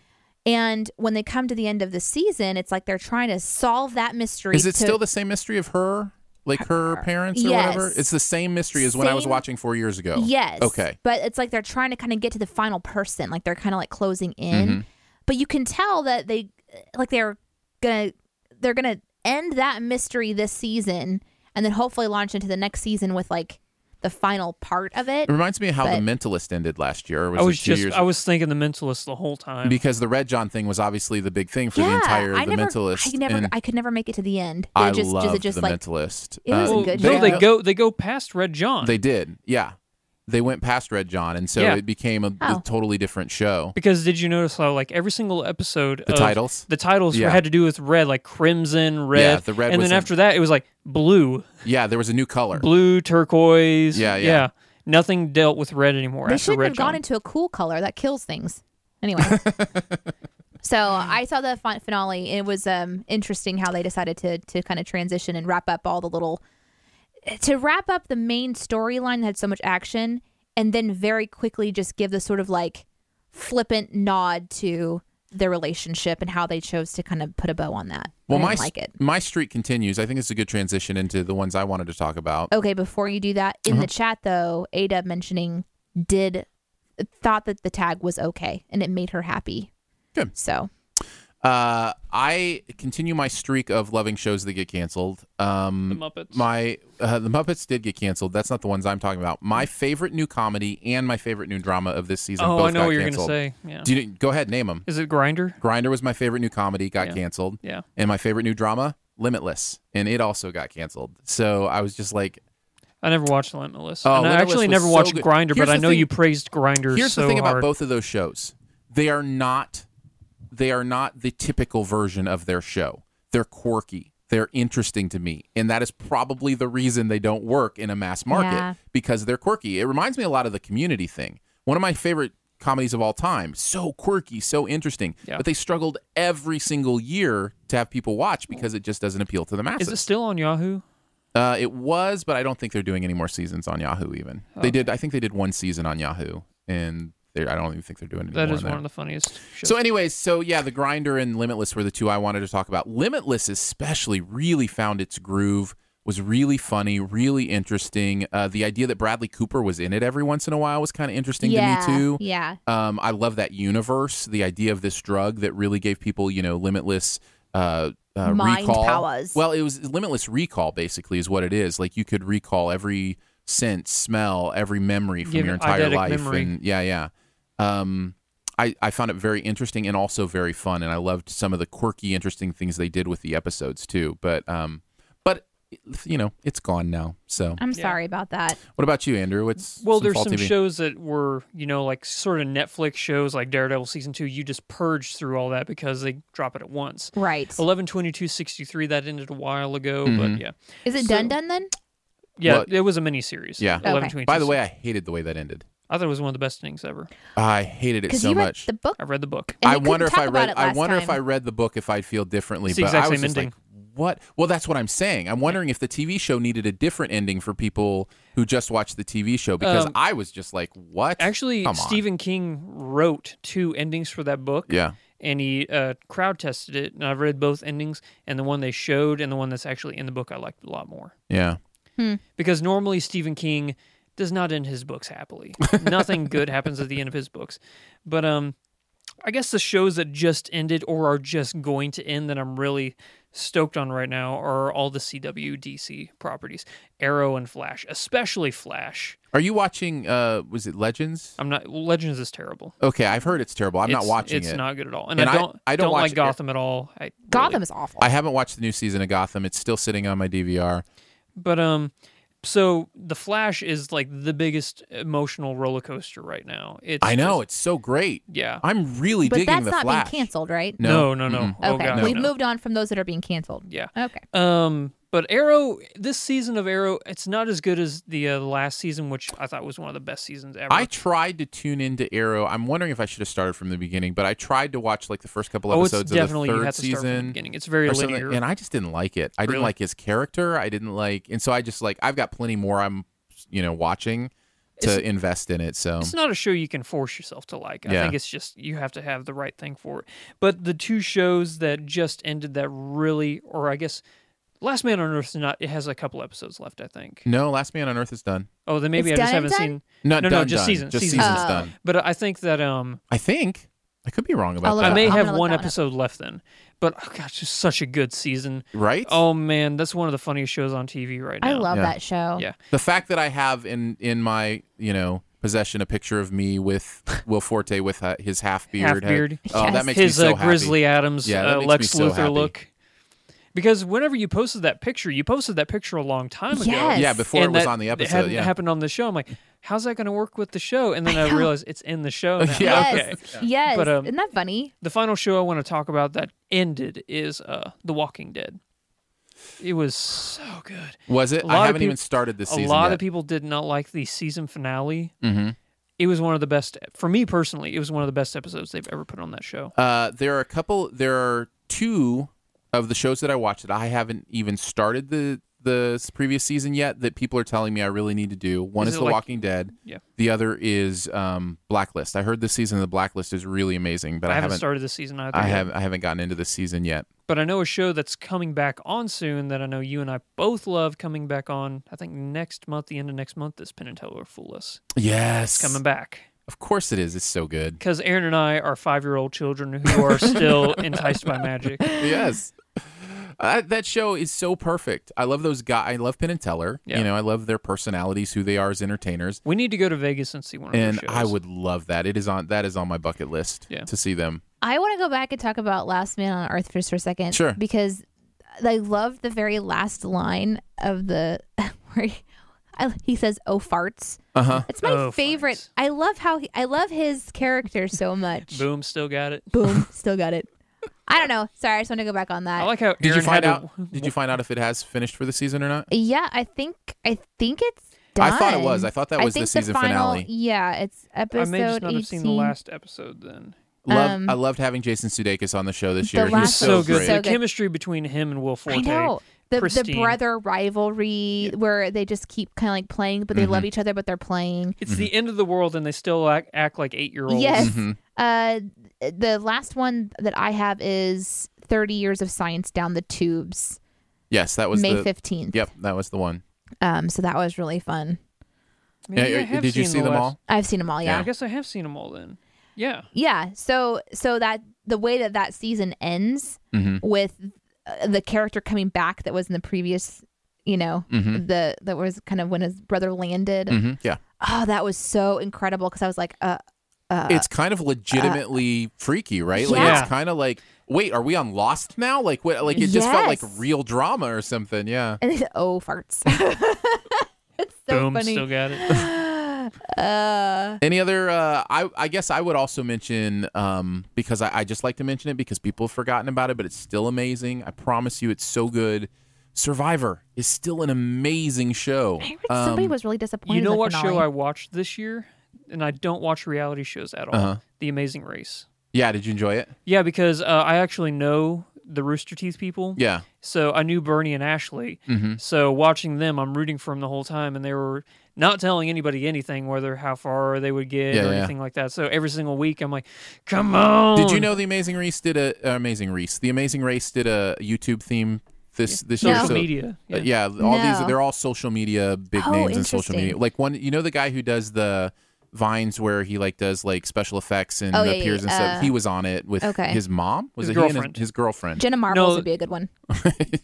and when they come to the end of the season, it's like they're trying to solve that mystery. is it to- still the same mystery of her, like her parents or whatever? Yes. It's the same mystery as when I was Same- watching four years ago. Yes. Okay. But it's like they're trying to kind of get to the final person. Like they're kind of like closing in. Mm-hmm. But you can tell that they like they're gonna they're gonna end that mystery this season and then hopefully launch into the next season with like the final part of it. It reminds me of how But- The Mentalist ended last year. Or was I was it two just years I was thinking the mentalist the whole time. because the Red John thing was obviously the big thing for yeah, the entire I The never, Mentalist. I never, and I could never make it to the end. Did I it just, does love it just The like Mentalist. Um, It was a well, good no, show. they go they go past Red John. They did, yeah. They went past Red John, and so Yeah. it became a, Oh. a totally different show. Because did you notice how like every single episode The of- titles? the titles were Yeah. had to do with red like crimson red Yeah, the red and was then in- after that it was like blue Yeah, there was a new color. blue turquoise Yeah, yeah. nothing dealt with red anymore They after shouldn't red have gone John. into a cool color that kills things. Anyway. so I saw the fin- finale. It was um, interesting how they decided to to kind of transition and wrap up all the little to wrap up the main storyline that had so much action, and then very quickly just give the sort of like flippant nod to their relationship and how they chose to kind of put a bow on that. Well, I my didn't like it. my streak continues. I think it's a good transition into the ones I wanted to talk about. Okay, before you do that, Uh-huh. in the chat though, Ada mentioning did thought that the tag was okay and it made her happy. Good. So Uh, I continue my streak of loving shows that get canceled. Um, The Muppets. My uh, the Muppets did get canceled. That's not the ones I'm talking about. My favorite new comedy and my favorite new drama of this season. oh both i know got what you're canceled. gonna say yeah Do you, go ahead, name them. is it grinder Grinder was my favorite new comedy, got Yeah. canceled, yeah and my favorite new drama, Limitless, and it also got canceled. So I was just like, i never watched limitless Oh, and i Limitless actually was never so watched good. grinder Here's but i the know thing- you praised grinder here's so the thing hard. about both of those shows they are not they are not the typical version of their show they're quirky they're interesting to me and that is probably the reason they don't work in a mass market Yeah. because they're quirky it reminds me a lot of the community thing one of my favorite comedies of all time so quirky so interesting Yeah. but they struggled every single year to have people watch because it just doesn't appeal to the masses is it still on yahoo uh, it was, but I don't think they're doing any more seasons on Yahoo. Even they did, I think they did one season on Yahoo, and they, I don't even think they're doing any that more is on one there. of the funniest shows So, anyways, so yeah, the grinder and limitless were the two I wanted to talk about. Limitless, especially, really found its groove. Was really funny, really interesting. Uh, the idea that Bradley Cooper was in it every once in a while was kind of interesting yeah, to me too. yeah, Um, I love that universe. The idea of this drug that really gave people, you know, limitless uh, uh, Mind recall. powers. Well, it was limitless recall, basically, is what it is. Like you could recall every sense, smell, every memory from Give your it entire eidetic life. memory. And yeah, yeah. Um, I, I found it very interesting and also very fun, and I loved some of the quirky, interesting things they did with the episodes too. But um, but you know, it's gone now. So, I'm sorry about that. what about you, Andrew? What's Well, some there's fall some TV? shows that were, you know, like sort of Netflix shows like Daredevil season two. You just purge through all that because they drop it at once. Right? Oh, Eleven twenty two sixty three that ended a while ago, but yeah, Is it so- done done then? yeah, Mm-hmm. Well- it was a miniseries. Yeah. Okay. 11/22. By the way, I hated the way that ended. I thought it was one of the best things ever. Oh, I hated it Because so you read much. the book. I read the book. and I you couldn't wonder if talk I about read. it I last wonder if I time. read the book if I'd feel differently. It's the but exact I was same just ending. like, what? Well, that's what I'm saying. I'm wondering if the TV show needed a different ending for people who just watched the TV show because Um, I was just like, what? Actually, Come on. Stephen King wrote two endings for that book. Yeah. And he uh, crowd tested it, and I've read both endings, and the one they showed and the one that's actually in the book I liked a lot more. Yeah. because normally Stephen King does not end his books happily. Nothing good happens at the end of his books. But um I guess the shows that just ended or are just going to end that I'm really stoked on right now are all the CW DC properties. Arrow and Flash, especially Flash. Are you watching? Uh, was it Legends? I'm not Legends is terrible. Okay, I've heard it's terrible. I'm not It's- watching It's it. not good at all. And, And I I- don't I don't watch like it. Gotham at all. I really- Gotham is awful. I haven't watched the new season of Gotham. It's still sitting on my DVR. But um, so the Flash is like the biggest emotional roller coaster right now. It's I know just- it's so great. yeah. I'm really but digging that's the not Flash. being canceled, right? No. no, no. no. Mm-mm. Oh, okay, God, we've no. moved on from those that are being canceled. Yeah. Okay. Um, But Arrow, this season of Arrow, it's not as good as the uh, last season, which I thought was one of the best seasons ever. I tried to tune into Arrow. I'm wondering if I should have started from the beginning, but I tried to watch like the first couple oh, it's episodes of the definitely third you have to start from the season. beginning. It's very or something, linear. and I just didn't like it. I didn't Really? like his character. I didn't like, and so I just like I've got plenty more. I'm, you know, watching to It's- invest in it. So it's not a show you can force yourself to like. I Yeah. think it's just you have to have the right thing for it. But the two shows that just ended that really, or I guess, Last Man on Earth is not. It has a couple episodes left, I think. no, Last Man on Earth is done. Oh, then maybe It's I just done haven't and done? seen. Not No, no, done, just done. season- Just season. season's Oh. done. But I think that um, I think I could be wrong I'll about look that. I may I'm have gonna look one that one up. episode left then. But oh god, just such a good season. right? Oh man, that's one of the funniest shows on TV right now. I love Yeah. that show. Yeah. The fact that I have in in my you know possession a picture of me with Will Forte with uh, his half beard. half beard. Oh, that Yes. makes his me so uh, happy. Grizzly Adams Yeah, that uh, makes Lex me so Luthor happy. look. Because whenever you posted that picture, you posted that picture a long time ago. Yes. Yeah, before it And was that- on the It episode. hadn't Yeah. happened on the show. I'm like, how's that going to work with the show? And then I I, know. realized it's in the show. Now. Yeah, Okay. Yes. Yes. But, um, Isn't that funny? The final show I want to talk about that ended is uh, The Walking Dead. It was so good. Was it? A lot I of haven't peop- even started this a season. lot yet. of people did not like the season finale. Mm-hmm. It was one of the best for me personally. It was one of the best episodes they've ever put on that show. Uh, there are a couple. There are two of the shows that I watch that I haven't even started the the s- previous season yet. That people are telling me I really need to do. One Is is, it The like- Walking Dead. Yeah. The other is um, Blacklist. I heard this season of The Blacklist is really amazing, but I, haven't. started this season either. I yet. haven't. I haven't gotten into this season yet. but I know a show that's coming back on soon that I know you and I both love coming back on. I think next month, the end of next month, is Penn and Teller Fool Us Yes. coming back Of course it is. It's so good. because Aaron and I are five year old children who are still enticed by magic. yes. Uh, that show is so perfect. I love those guys. I love Penn and Teller. Yeah. You know, I love their personalities, who they are as entertainers. We need to go to Vegas and see one of and those shows. I would love that. It is on that is on my bucket list Yeah. to see them. I want to go back and talk about Last Man on Earth just for a second. Sure. Because I love the very last line of the where he, I, he says, "Oh farts." Uh huh. It's my Oh, favorite. farts. I love how he, I love his character so much. Boom, still got it. Boom. Still got it. I don't know. Sorry, I just want to go back on that. I like how Did Aaron you find had out? Did you find out if it has finished for the season or not? yeah, I think I think it's done. I thought it was. I thought that I was the think season final, finale. Yeah, it's To, episode I may just not 18. have seen the last episode then. Love, um, I loved having Jason Sudeikis on the show this the year. He was He's last so, so episode good. great. was so the good. chemistry between him and Will Forte. I know. The, the pristine. brother rivalry where they just keep kind of like playing, but they Mhm. love each other, but they're playing. It's Mm-hmm. the end of the world, and they still act, act like eight year olds. Yes. Mhm. Uh, the last one that I have is 30 Years of Science Down the Tubes, Yes, that was May the. 15th. Yep, that was the one. Um, so that was really fun. Maybe Mm-hmm. Yeah, I have did you seen see the them last- all? I've seen them all, Yeah, I yeah. guess I have seen them all then. Yeah. Yeah. So, so that the way that that season ends Mm-hmm. with uh, the character coming back that was in the previous, you know, Mm-hmm. the that was kind of when his brother landed. Mm-hmm. Yeah, Oh, that was so incredible because I was like, uh, uh, it's kind of legitimately freaky, right? Like Yeah. it's kind of like, wait, are we on Lost now? Like what? Like it just felt like Yes. real drama or something. Yeah. And they said, "Oh, farts." it's so Boom, funny. still got it. uh, Any other? Uh, I I guess I would also mention um, because I, I just like to mention it because people have forgotten about it, but it's still amazing. I promise you, it's so good. Survivor is still an amazing show. I heard somebody Um, was really disappointed. You know in the what finale. show I watched this year? And I don't watch reality shows at all. Uh-huh. The Amazing Race. yeah, did you enjoy it? Yeah, because uh, I actually know the Rooster Teeth people. Yeah. So I knew Bernie and Ashley. Mm-hmm. So watching them, I'm rooting for them the whole time, and they were not telling anybody anything, whether how far they would get Yeah, or yeah. anything like that. So every single week, I'm like, "Come on!" Did you Um, know the Amazing Race did a uh, Amazing Race? The Amazing Race did a YouTube theme this this year. social so- media? Uh, yeah, all these No. they're all social media big Oh, names in social media. interesting. Like one, you know, the guy who does the vines where he like does like special effects and Oh, yeah, appears yeah, and stuff. uh, he was on it with okay. his mom. Was His it he and girlfriend. his, his girlfriend? Jenna Marbles No. would be a good one.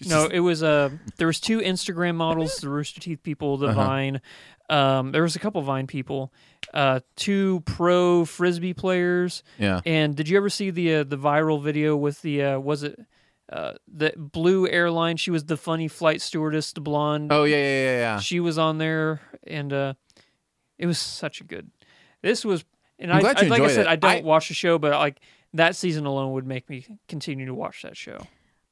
No, it was uh there was two Instagram models, the Rooster Teeth people, the Uh-huh. Vine. Um, there was a couple Vine people, uh, two pro frisbee players. yeah. And did you ever see the uh, the viral video with the uh, was it uh, the Blue Airline? She was the funny flight stewardess, the blonde. Oh yeah, yeah, yeah, yeah. She was on there, and uh, it was such a good. This was, and I'm I, glad you I- like I enjoyed said, it. I don't I- watch the show, but like that season alone would make me continue to watch that show.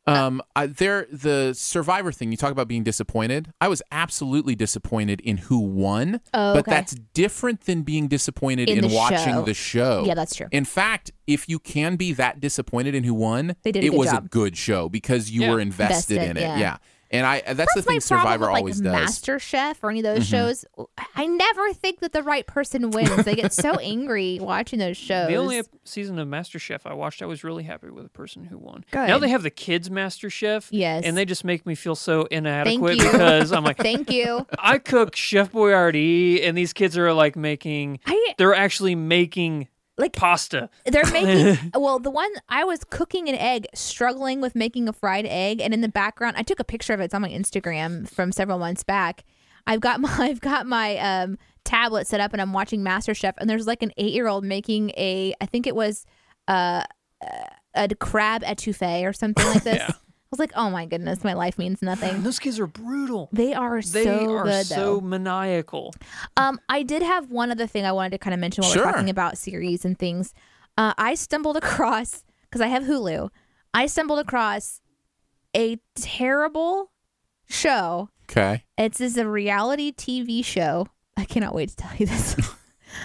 Um, I, there, the Survivor thing. You talk about being disappointed. I was absolutely disappointed in who won, Oh, but okay. that's different than being disappointed In in, the watching show. the oh, show. Yeah, that's true. In fact, if you can be that disappointed in who won, They did a it good was a job. good show because you Yeah. were invested Invested, in it. yeah. and I that's, the my thing problem Survivor with, like, always does. Master Chef or any of those shows, Mm-hmm. I never think that the right person wins. They get so angry watching those shows. The only ep- season of MasterChef I watched, I was really happy with the person who won. Good. Now they have the kids MasterChef. Yes. And they just make me feel so inadequate you. because I'm like, Thank you. I cook Chef Boyardee, and these kids are like making, I they're actually making Like- pasta. They're making well the one I was cooking an egg, struggling with making a fried egg, and in the background I took a picture of it. It's on my Instagram from several months back. I've got my I've got my um, tablet set up and I'm watching MasterChef, and there's like an eight year old making a I think it was uh, a crab etouffee or something like this. I was like, oh my goodness, my life means And nothing. those kids are brutal. They are They so are good so though. maniacal. Um, I did have one other thing I wanted to kind of mention while Sure. we're talking about series and things. Uh, I stumbled across because I have Hulu. I stumbled across a terrible show. Okay, It's is a reality TV show. I cannot wait to tell you this.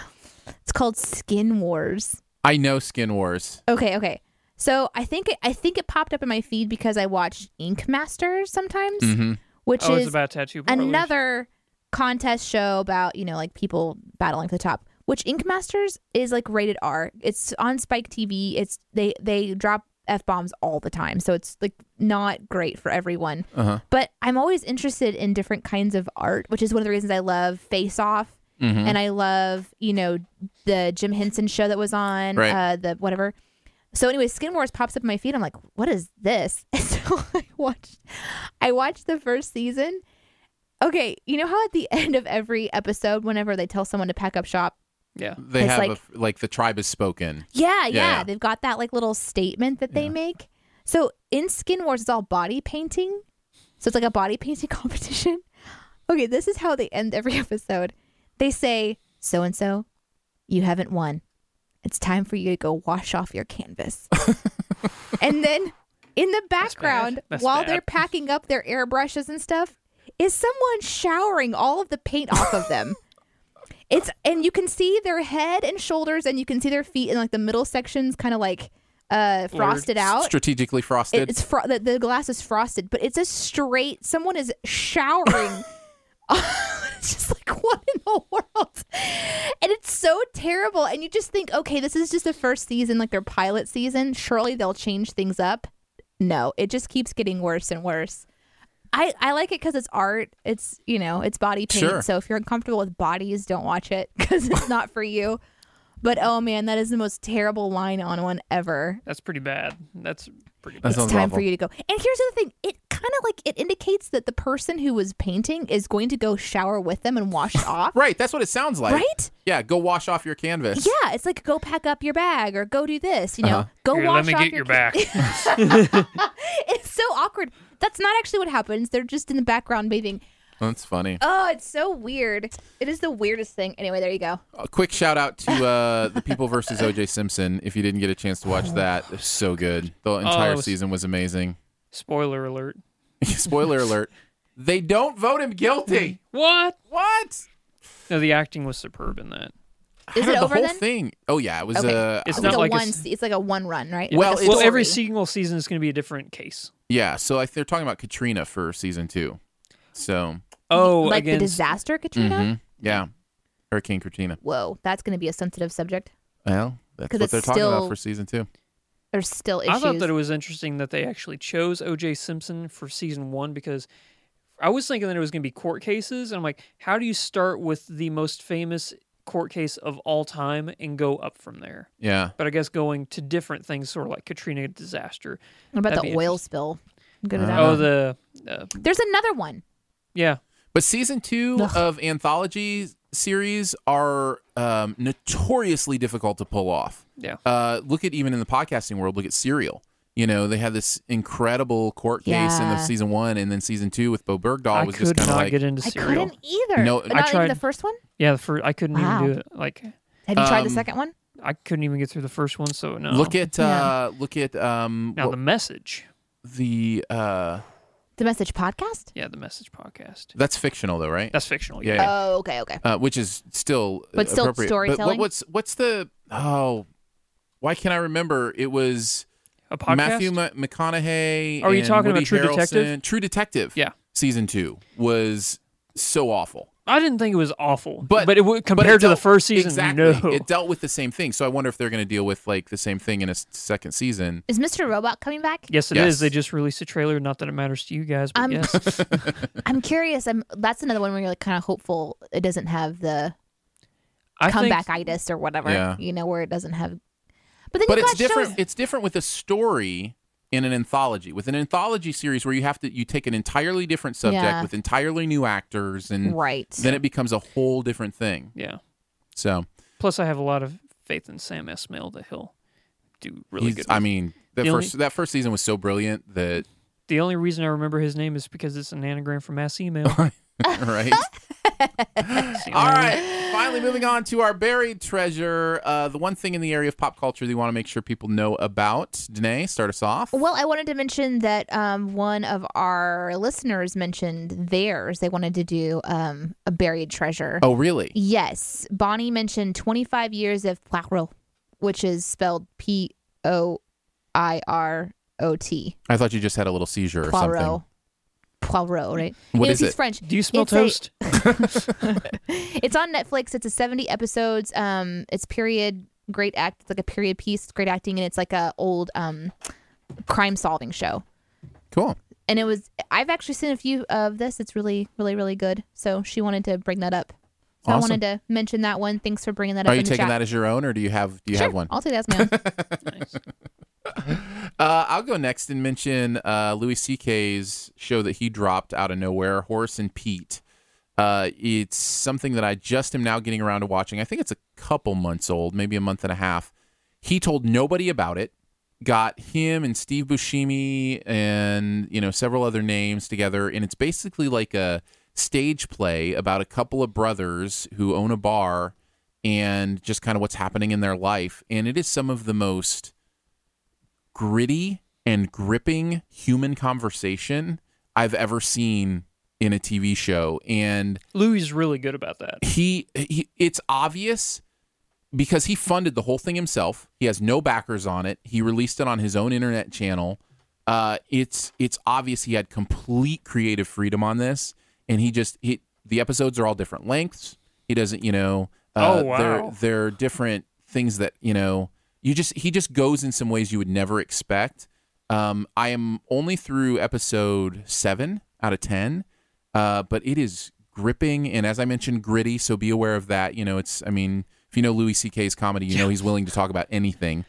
it's called Skin Wars. I know Skin Wars. Okay, okay. So I think it, I think it popped up in my feed because I watched Ink Masters sometimes, Mhm. which Oh, it's is about tattoo parlors. another contest show about you know like people battling for the top which ink masters is like rated r it's on spike tv it's they they drop f-bombs all the time so it's like not great for everyone Uh-huh. but i'm always interested in different kinds of art which is one of the reasons i love face off Mhm. and i love you know the jim henson show that was on Right. uh the whatever so anyway skin wars pops up in my feed i'm like what is this and so i watched i watched the first season Okay, you know how at the end of every episode, whenever they tell someone to pack up shop, Yeah. They It's have like- a f like the tribe is spoken. yeah, yeah, yeah. they've got that like little statement that they make. So in Skin Wars, it's all body painting, so it's like a body painting competition. Okay, this is how they end every episode. They say, "So and so, you haven't won. It's time for you to go wash off your canvas." and then in the background, That's while bad. they're packing up their airbrushes and stuff, is someone showering all of the paint off of them. It's and you can see their head and shoulders, and you can see their feet, and like the middle sections kind of like uh frosted out. Strategically frosted. It- it's fro- the, the glass is frosted, but it's a straight. Someone is showering. it's just like what in the world, and it's so terrible. And you just think, okay, this is just the first season, like their pilot season. Surely they'll change things up. No, it just keeps getting worse and worse. I, I like it because it's art. It's you know it's body paint. Sure. So if you're uncomfortable with bodies, don't watch it because it's not for you. But oh man, that is the most terrible line on one ever That's pretty bad. That's pretty That bad. it's sounds time awful. for you to go. And here's the other thing: it kind of like it indicates that the person who was painting is going to go shower with them and wash it off, right, that's what it sounds like. right? Yeah, go wash off your canvas. Yeah, it's like go pack up your bag or go do this. You know, Uh-huh. go Here, wash let me off get your ca- back. It's so awkward. That's not actually what happens. They're just in the background bathing. That's funny. Oh, it's so weird. It is the weirdest thing. Anyway, there you go. A quick shout out to uh, the People versus OJ Simpson. If you didn't get a chance to watch that, it's so good. The entire Oh, it was- season was amazing. Spoiler alert. Spoiler alert: they don't vote him guilty. What? What? No, the acting was superb in that. Is it the over whole then? thing? Oh yeah, it was. Okay. Uh, It's It's I- not like a like a one. s- se- it's like a one run, right? Well, like a it's- Well, every story. single season is going to be a different case. yeah. So I, they're talking about Katrina for season two. So Oh, like the again, disaster, Katrina. Mm-hmm. mhm, yeah, Hurricane Katrina. Whoa, that's going to be a sensitive subject. Well, that's 'Cause what it's they're talking about still- for season two. There's still issues. I thought that it was interesting that they actually chose O.J. Simpson for season one because I was thinking that it was going to be court cases, and I'm like, how do you start with the most famous court case of all time and go up from there? Yeah. But I guess going to different things, sort of like Katrina disaster. What about That'd be the oil spill? Good with that Uh-huh. Oh, one. the uh, There's another one. yeah, But season two of anthology series are um, notoriously difficult to pull off. yeah. Uh, look at even in the podcasting world, look at Serial. You know, they had this incredible court case in the Yeah. season one, and then season two with Bo Bergdahl I Oh, was could just kind not of like, get into I serial. couldn't either. No, I not tried- even the first one. Yeah, the first I couldn't Wow. even do it. Like Have you tried the Um, second one? I couldn't even get through the first one. So no. look at uh, look at um, now what- the message. the uh The message podcast? Yeah, the message podcast. that's fictional though, right? That's fictional. Yeah, Yeah. yeah. Oh, okay, okay. uh, which is still But still appropriate. But what, storytelling? what's what's the oh? Why can't I remember? It was A podcast. Matthew Ma- McConaughey. Are you and talking about Woody True Harrelson. Detective? True Detective. Yeah. season two was so awful, I didn't think it was awful, but but it w- but compared to dealt- the first season, exactly, no. it dealt with the same thing. So I wonder if they're going to deal with like the same thing in a s- second season. Is Mr. Robot coming back? yes, it is. Yes. They just released a trailer. Not that it matters to you guys, but Um, yes, I'm curious. I'm that's another one where you're like kind of hopeful it doesn't have the I think comebackitis or whatever. Yeah. You know, where it doesn't have But then But you've it's got shows- different. It's different with a story in an anthology. With an anthology series where you have to you take an entirely different subject Yeah. with entirely new actors and Right. then it becomes a whole different thing. Yeah. So Plus, I have a lot of faith in Sam Esmail that he'll do really he's- good. I mean, that The only- first that first season was so brilliant that the only reason I remember his name is because it's an anagram for mass email. right. It's the All only- right. Finally, moving on to our buried treasure. Uh, the one thing in the area of pop culture that you want to make sure people know about. Danae, start us off. Well, I wanted to mention that um, one of our listeners mentioned theirs. They wanted to do um, a buried treasure. Oh, really? Yes. Bonnie mentioned 25 years of Poirot, which is spelled P O I R O T. I thought you just had a little seizure or Poirot. something. Poirot, right? What yes, is he's it? French. Do you smell It's a- toast? It's on Netflix. It's a 70 episodes. Um, it's period great act. It's like a period piece. It's great acting, and it's like a old um crime solving show. Cool. And it was I've actually seen a few of this. It's really, really, really good. So she wanted to bring that up. So I Awesome. wanted to mention that one. Thanks for bringing that up. Are you in the taking chat. that as your own, or do you have do you sure. have one? I'll take that as my own. Nice. Uh, I'll go next and mention uh, Louis C.K.'s show that he dropped out of nowhere, Horace and Pete. Uh, it's something that I just am now getting around to watching. I think it's a couple months old, maybe a month and a half. He told nobody about it. Got him and Steve Buscemi and you know several other names together, and it's basically like a stage play about a couple of brothers who own a bar and just kind of what's happening in their life. And it is some of the most gritty and gripping human conversation I've ever seen in a TV show. And Louis is really good about that. he, he it's obvious because he funded the whole thing himself. He has no backers on it. He released it on his own internet channel. Uh, it's it's obvious he had complete creative freedom on this, and he just he the episodes are all different lengths. He doesn't, you know. Uh, Oh, wow. They're they're different things that you know. You just he just goes in some ways you would never expect. Um, I am only through episode seven out of ten, uh, but it is gripping and as I mentioned, gritty. So be aware of that. You know, it's I mean, if you know Louis C.K.'s comedy, you know he's willing to talk about anything.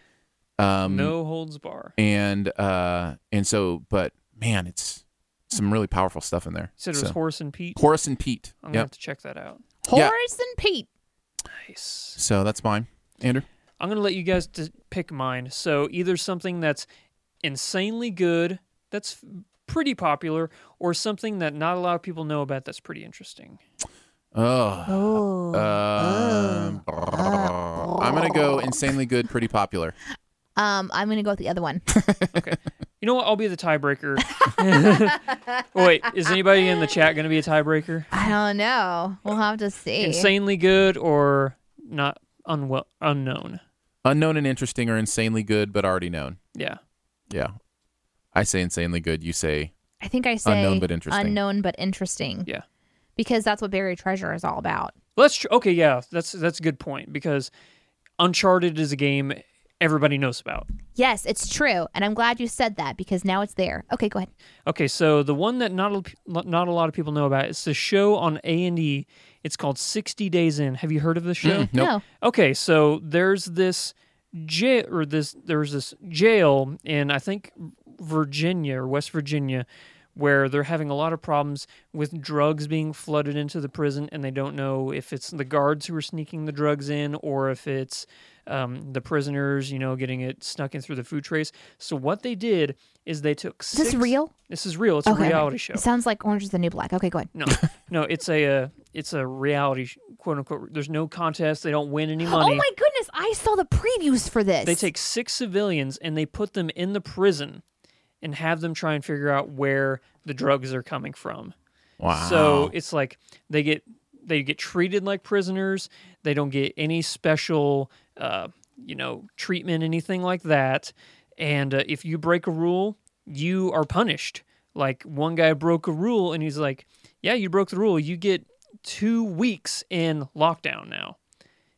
Um, No holds bar. and uh, and so, but man, it's some really powerful stuff in there. He said it was Oh, So- Horace and Pete. Horace and Pete. I'm gonna Yep. have to check that out. Yeah. Horace and Pete. Nice. So that's mine, Andrew. I'm gonna let you guys d- pick mine. So either something that's insanely good, that's f- pretty popular, or something that not a lot of people know about that's pretty interesting. Oh. Oh. Um, uh, I'm gonna go insanely good, pretty popular. Um, I'm gonna go with the other one. You know what? I'll be the tiebreaker. Wait, is anybody in the chat gonna be a tiebreaker? I don't know. We'll have to see. Insanely good or not unwell unknown? Unknown and interesting or insanely good, but already known. Yeah. Yeah, I say insanely good. You say I think I say Unknown but interesting. Unknown but interesting. Yeah. Because that's what buried treasure is all about. Let's tr- okay, yeah, that's that's a good point because Uncharted is a game everybody knows about. Yes, it's true, and I'm glad you said that because now it's there. Okay, go ahead. Okay, so the one that not a, not a lot of people know about it's the show on A and E. It's called 60 Days In. Have you heard of the show? Nope. No. Okay, so there's this jail or this there's this jail in I think Virginia or West Virginia where they're having a lot of problems with drugs being flooded into the prison and they don't know if it's the guards who are sneaking the drugs in or if it's um, the prisoners, you know, getting it snuck in through the food trays. So what they did is they took Is this six- real? This is real. It's okay. a reality show. It sounds like Orange is the New Black. Okay, go ahead. No, no, it's a uh, it's a reality sh- quote unquote. There's no contest. They don't win any money. Oh my goodness, I saw the previews for this. They take six civilians and they put them in the prison, and have them try and figure out where the drugs are coming from. Wow. So it's like they get they get treated like prisoners. They don't get any special, uh, you know, treatment, anything like that. And uh, if you break a rule, you are punished. Like one guy broke a rule, and he's like, "Yeah, you broke the rule. You get two weeks in lockdown now."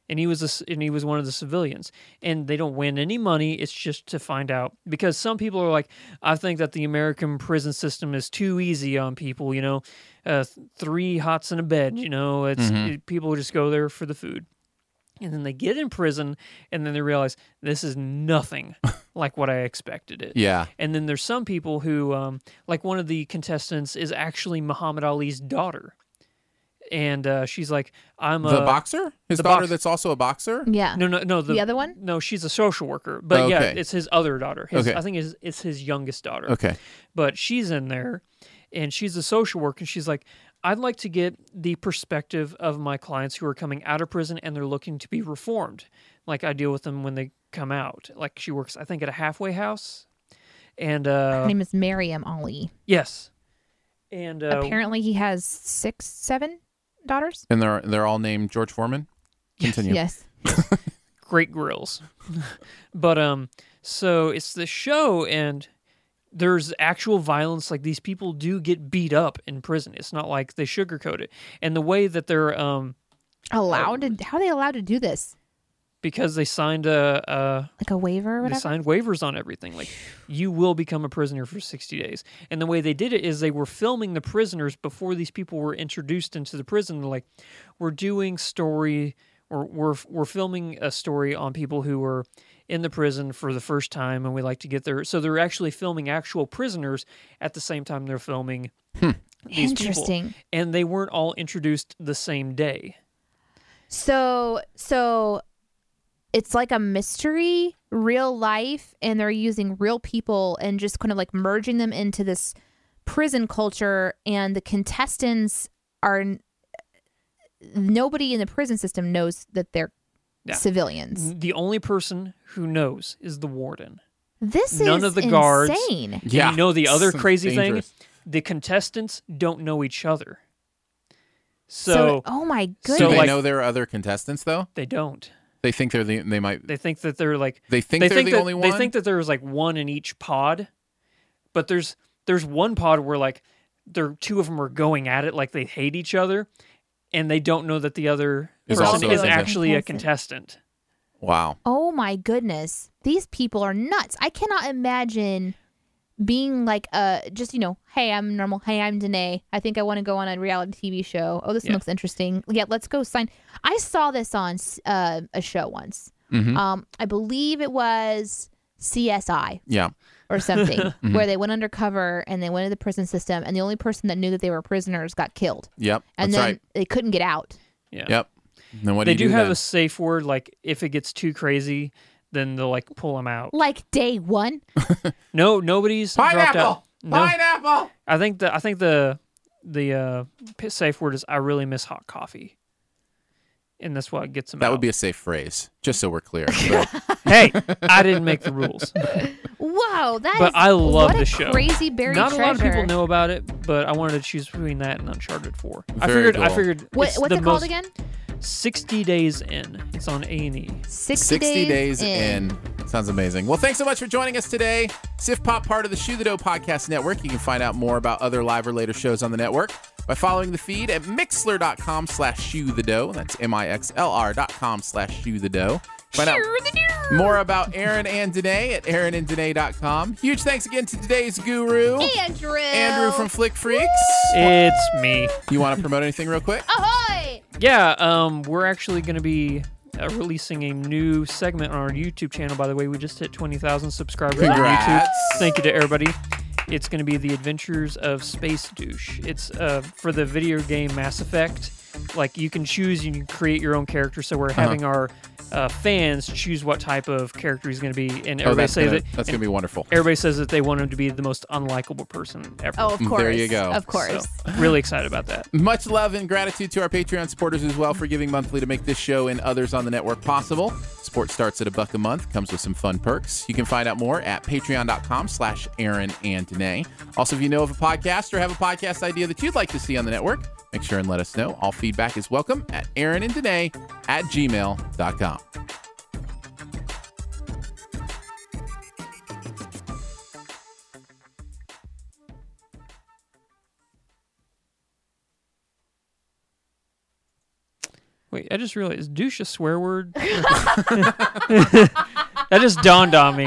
And he was a, c- and he was one of the civilians, and they don't win any money. It's just to find out because some people are like, "I think that the American prison system is too easy on people." You know, uh, th- three hots in a bed. You know, it's Mm-hmm. it- people just go there for the food, and then they get in prison, and then they realize this is nothing like what I expected it. yeah. And then there's some people who, um, like one of the contestants, is actually Muhammad Ali's daughter, and uh, she's like, "I'm the a boxer? His Uh, the daughter box- that's also a boxer? Yeah. no, no, no. The, The other one? No, she's a social worker, but Oh, yeah, okay. it's his other daughter. His, Okay. I think it's, it's his youngest daughter Okay. but she's in there and she's a social worker and she's like i'd like to get the perspective of my clients who are coming out of prison and they're looking to be reformed like i deal with them when they come out like she works i think at a halfway house and Her uh name is Mariam Ali. yes and uh Apparently, he has six, seven daughters. And they're they're all named George Foreman? Continue. Yes. great grills. but um so it's the show and there's actual violence like these people do get beat up in prison. It's not like they sugarcoat it. And the way that they're um Allowed to? How are they allowed to do this? because they signed a, a Like a waiver or they whatever. signed waivers on everything. Like you will become a prisoner for 60 days. And the way they did it is they were filming the prisoners before these people were introduced into the prison. They're like, we're doing story or we're we're filming a story on people who were in the prison for the first time and we like to get there. So they're actually filming actual prisoners at the same time they're filming these people. Interesting. And they weren't all introduced the same day. So, so it's like a mystery, real life, and they're using real people and just kind of like merging them into this prison culture. And the contestants are n- nobody in the prison system knows that they're Yeah. civilians. The only person who knows is the warden. This None is of the guards- insane. And you know the other It's crazy dangerous. thing? The contestants don't know each other. So, uh, oh my so, goodness. Do they like- know there are other contestants though? they don't. They think they're the they might They think that they're like they think they they're think the that, only one. they think that there's like one in each pod, but there's there's one pod where like there two of them are going at it like they hate each other, and they don't know that the other Is person also a is contestant. actually a contestant. wow. Oh my goodness. These people are nuts. I cannot imagine being like uh just you know hey i'm normal hey i'm danae i think i want to go on a reality tv show oh this one Yeah. looks interesting yeah let's go sign i saw this on s- uh, a show once Mhm. um i believe it was csi Yeah. or something Mm-hmm. where they went undercover and they went into the prison system and the only person that knew that they were prisoners got killed Yep. and that's then right. they couldn't get out Yeah. Yep. Then what They do you do, have then? a safe word like if it gets too crazy, then they'll like pull them out. like day one No, nobody's dropped out. pineapple. No. Pineapple. I think the I think the the uh, p- safe word is I really miss hot coffee, and that's what gets them. That out. would be a safe phrase, just so we're clear. So, hey, I didn't make the rules. whoa that is But I love what a the show. crazy buried Not a lot of treasure. people know about it, but I wanted to choose between that and Uncharted Four. I Very figured I cool. figured What, it's what's the it called most- again? Sixty days in. It's on A and E. 60, 60 days in. Sounds amazing. Well, thanks so much for joining us today. Sif Pop, part of the Shoe the Dough Podcast Network. You can find out more about other live or later shows on the network by following the feed at mixler.com slash shoe the dough. That's M-I-X-L-R dot com slash shoe the dough. Find out more about Aaron and Danae at aaronanddanae.com. Huge thanks again to today's guru, Andrew. Andrew from Flick Freaks. It's me. You want to promote anything real quick? Ahoy! Yeah, um, we're actually going to be uh, releasing a new segment on our YouTube channel. By the way, we just hit 20,000 subscribers on Congrats. YouTube. Thank you to everybody. It's going to be the Adventures of Space Douche. It's uh, for the video game Mass Effect. Like you can choose, you can create your own character. So Uh-huh. we're having our uh, fans choose what type of character he's going to be, and everybody Oh, that's says gonna, that that's and gonna be wonderful. everybody says that they want him to be the most unlikable person ever. Oh, of course. There you go. Of course. so really excited about that. Much love and gratitude to our Patreon supporters as well for giving monthly to make this show and others on the network possible. Support starts at a buck a month, comes with some fun perks. You can find out more at patreon.com slash Aaron and Danae. Also, if you know of a podcast or have a podcast idea that you'd like to see on the network, make sure and let us know. All feedback is welcome at Aaron and Danae at gmail.com. Wait, I just realized, is douche a swear word? that just dawned on me.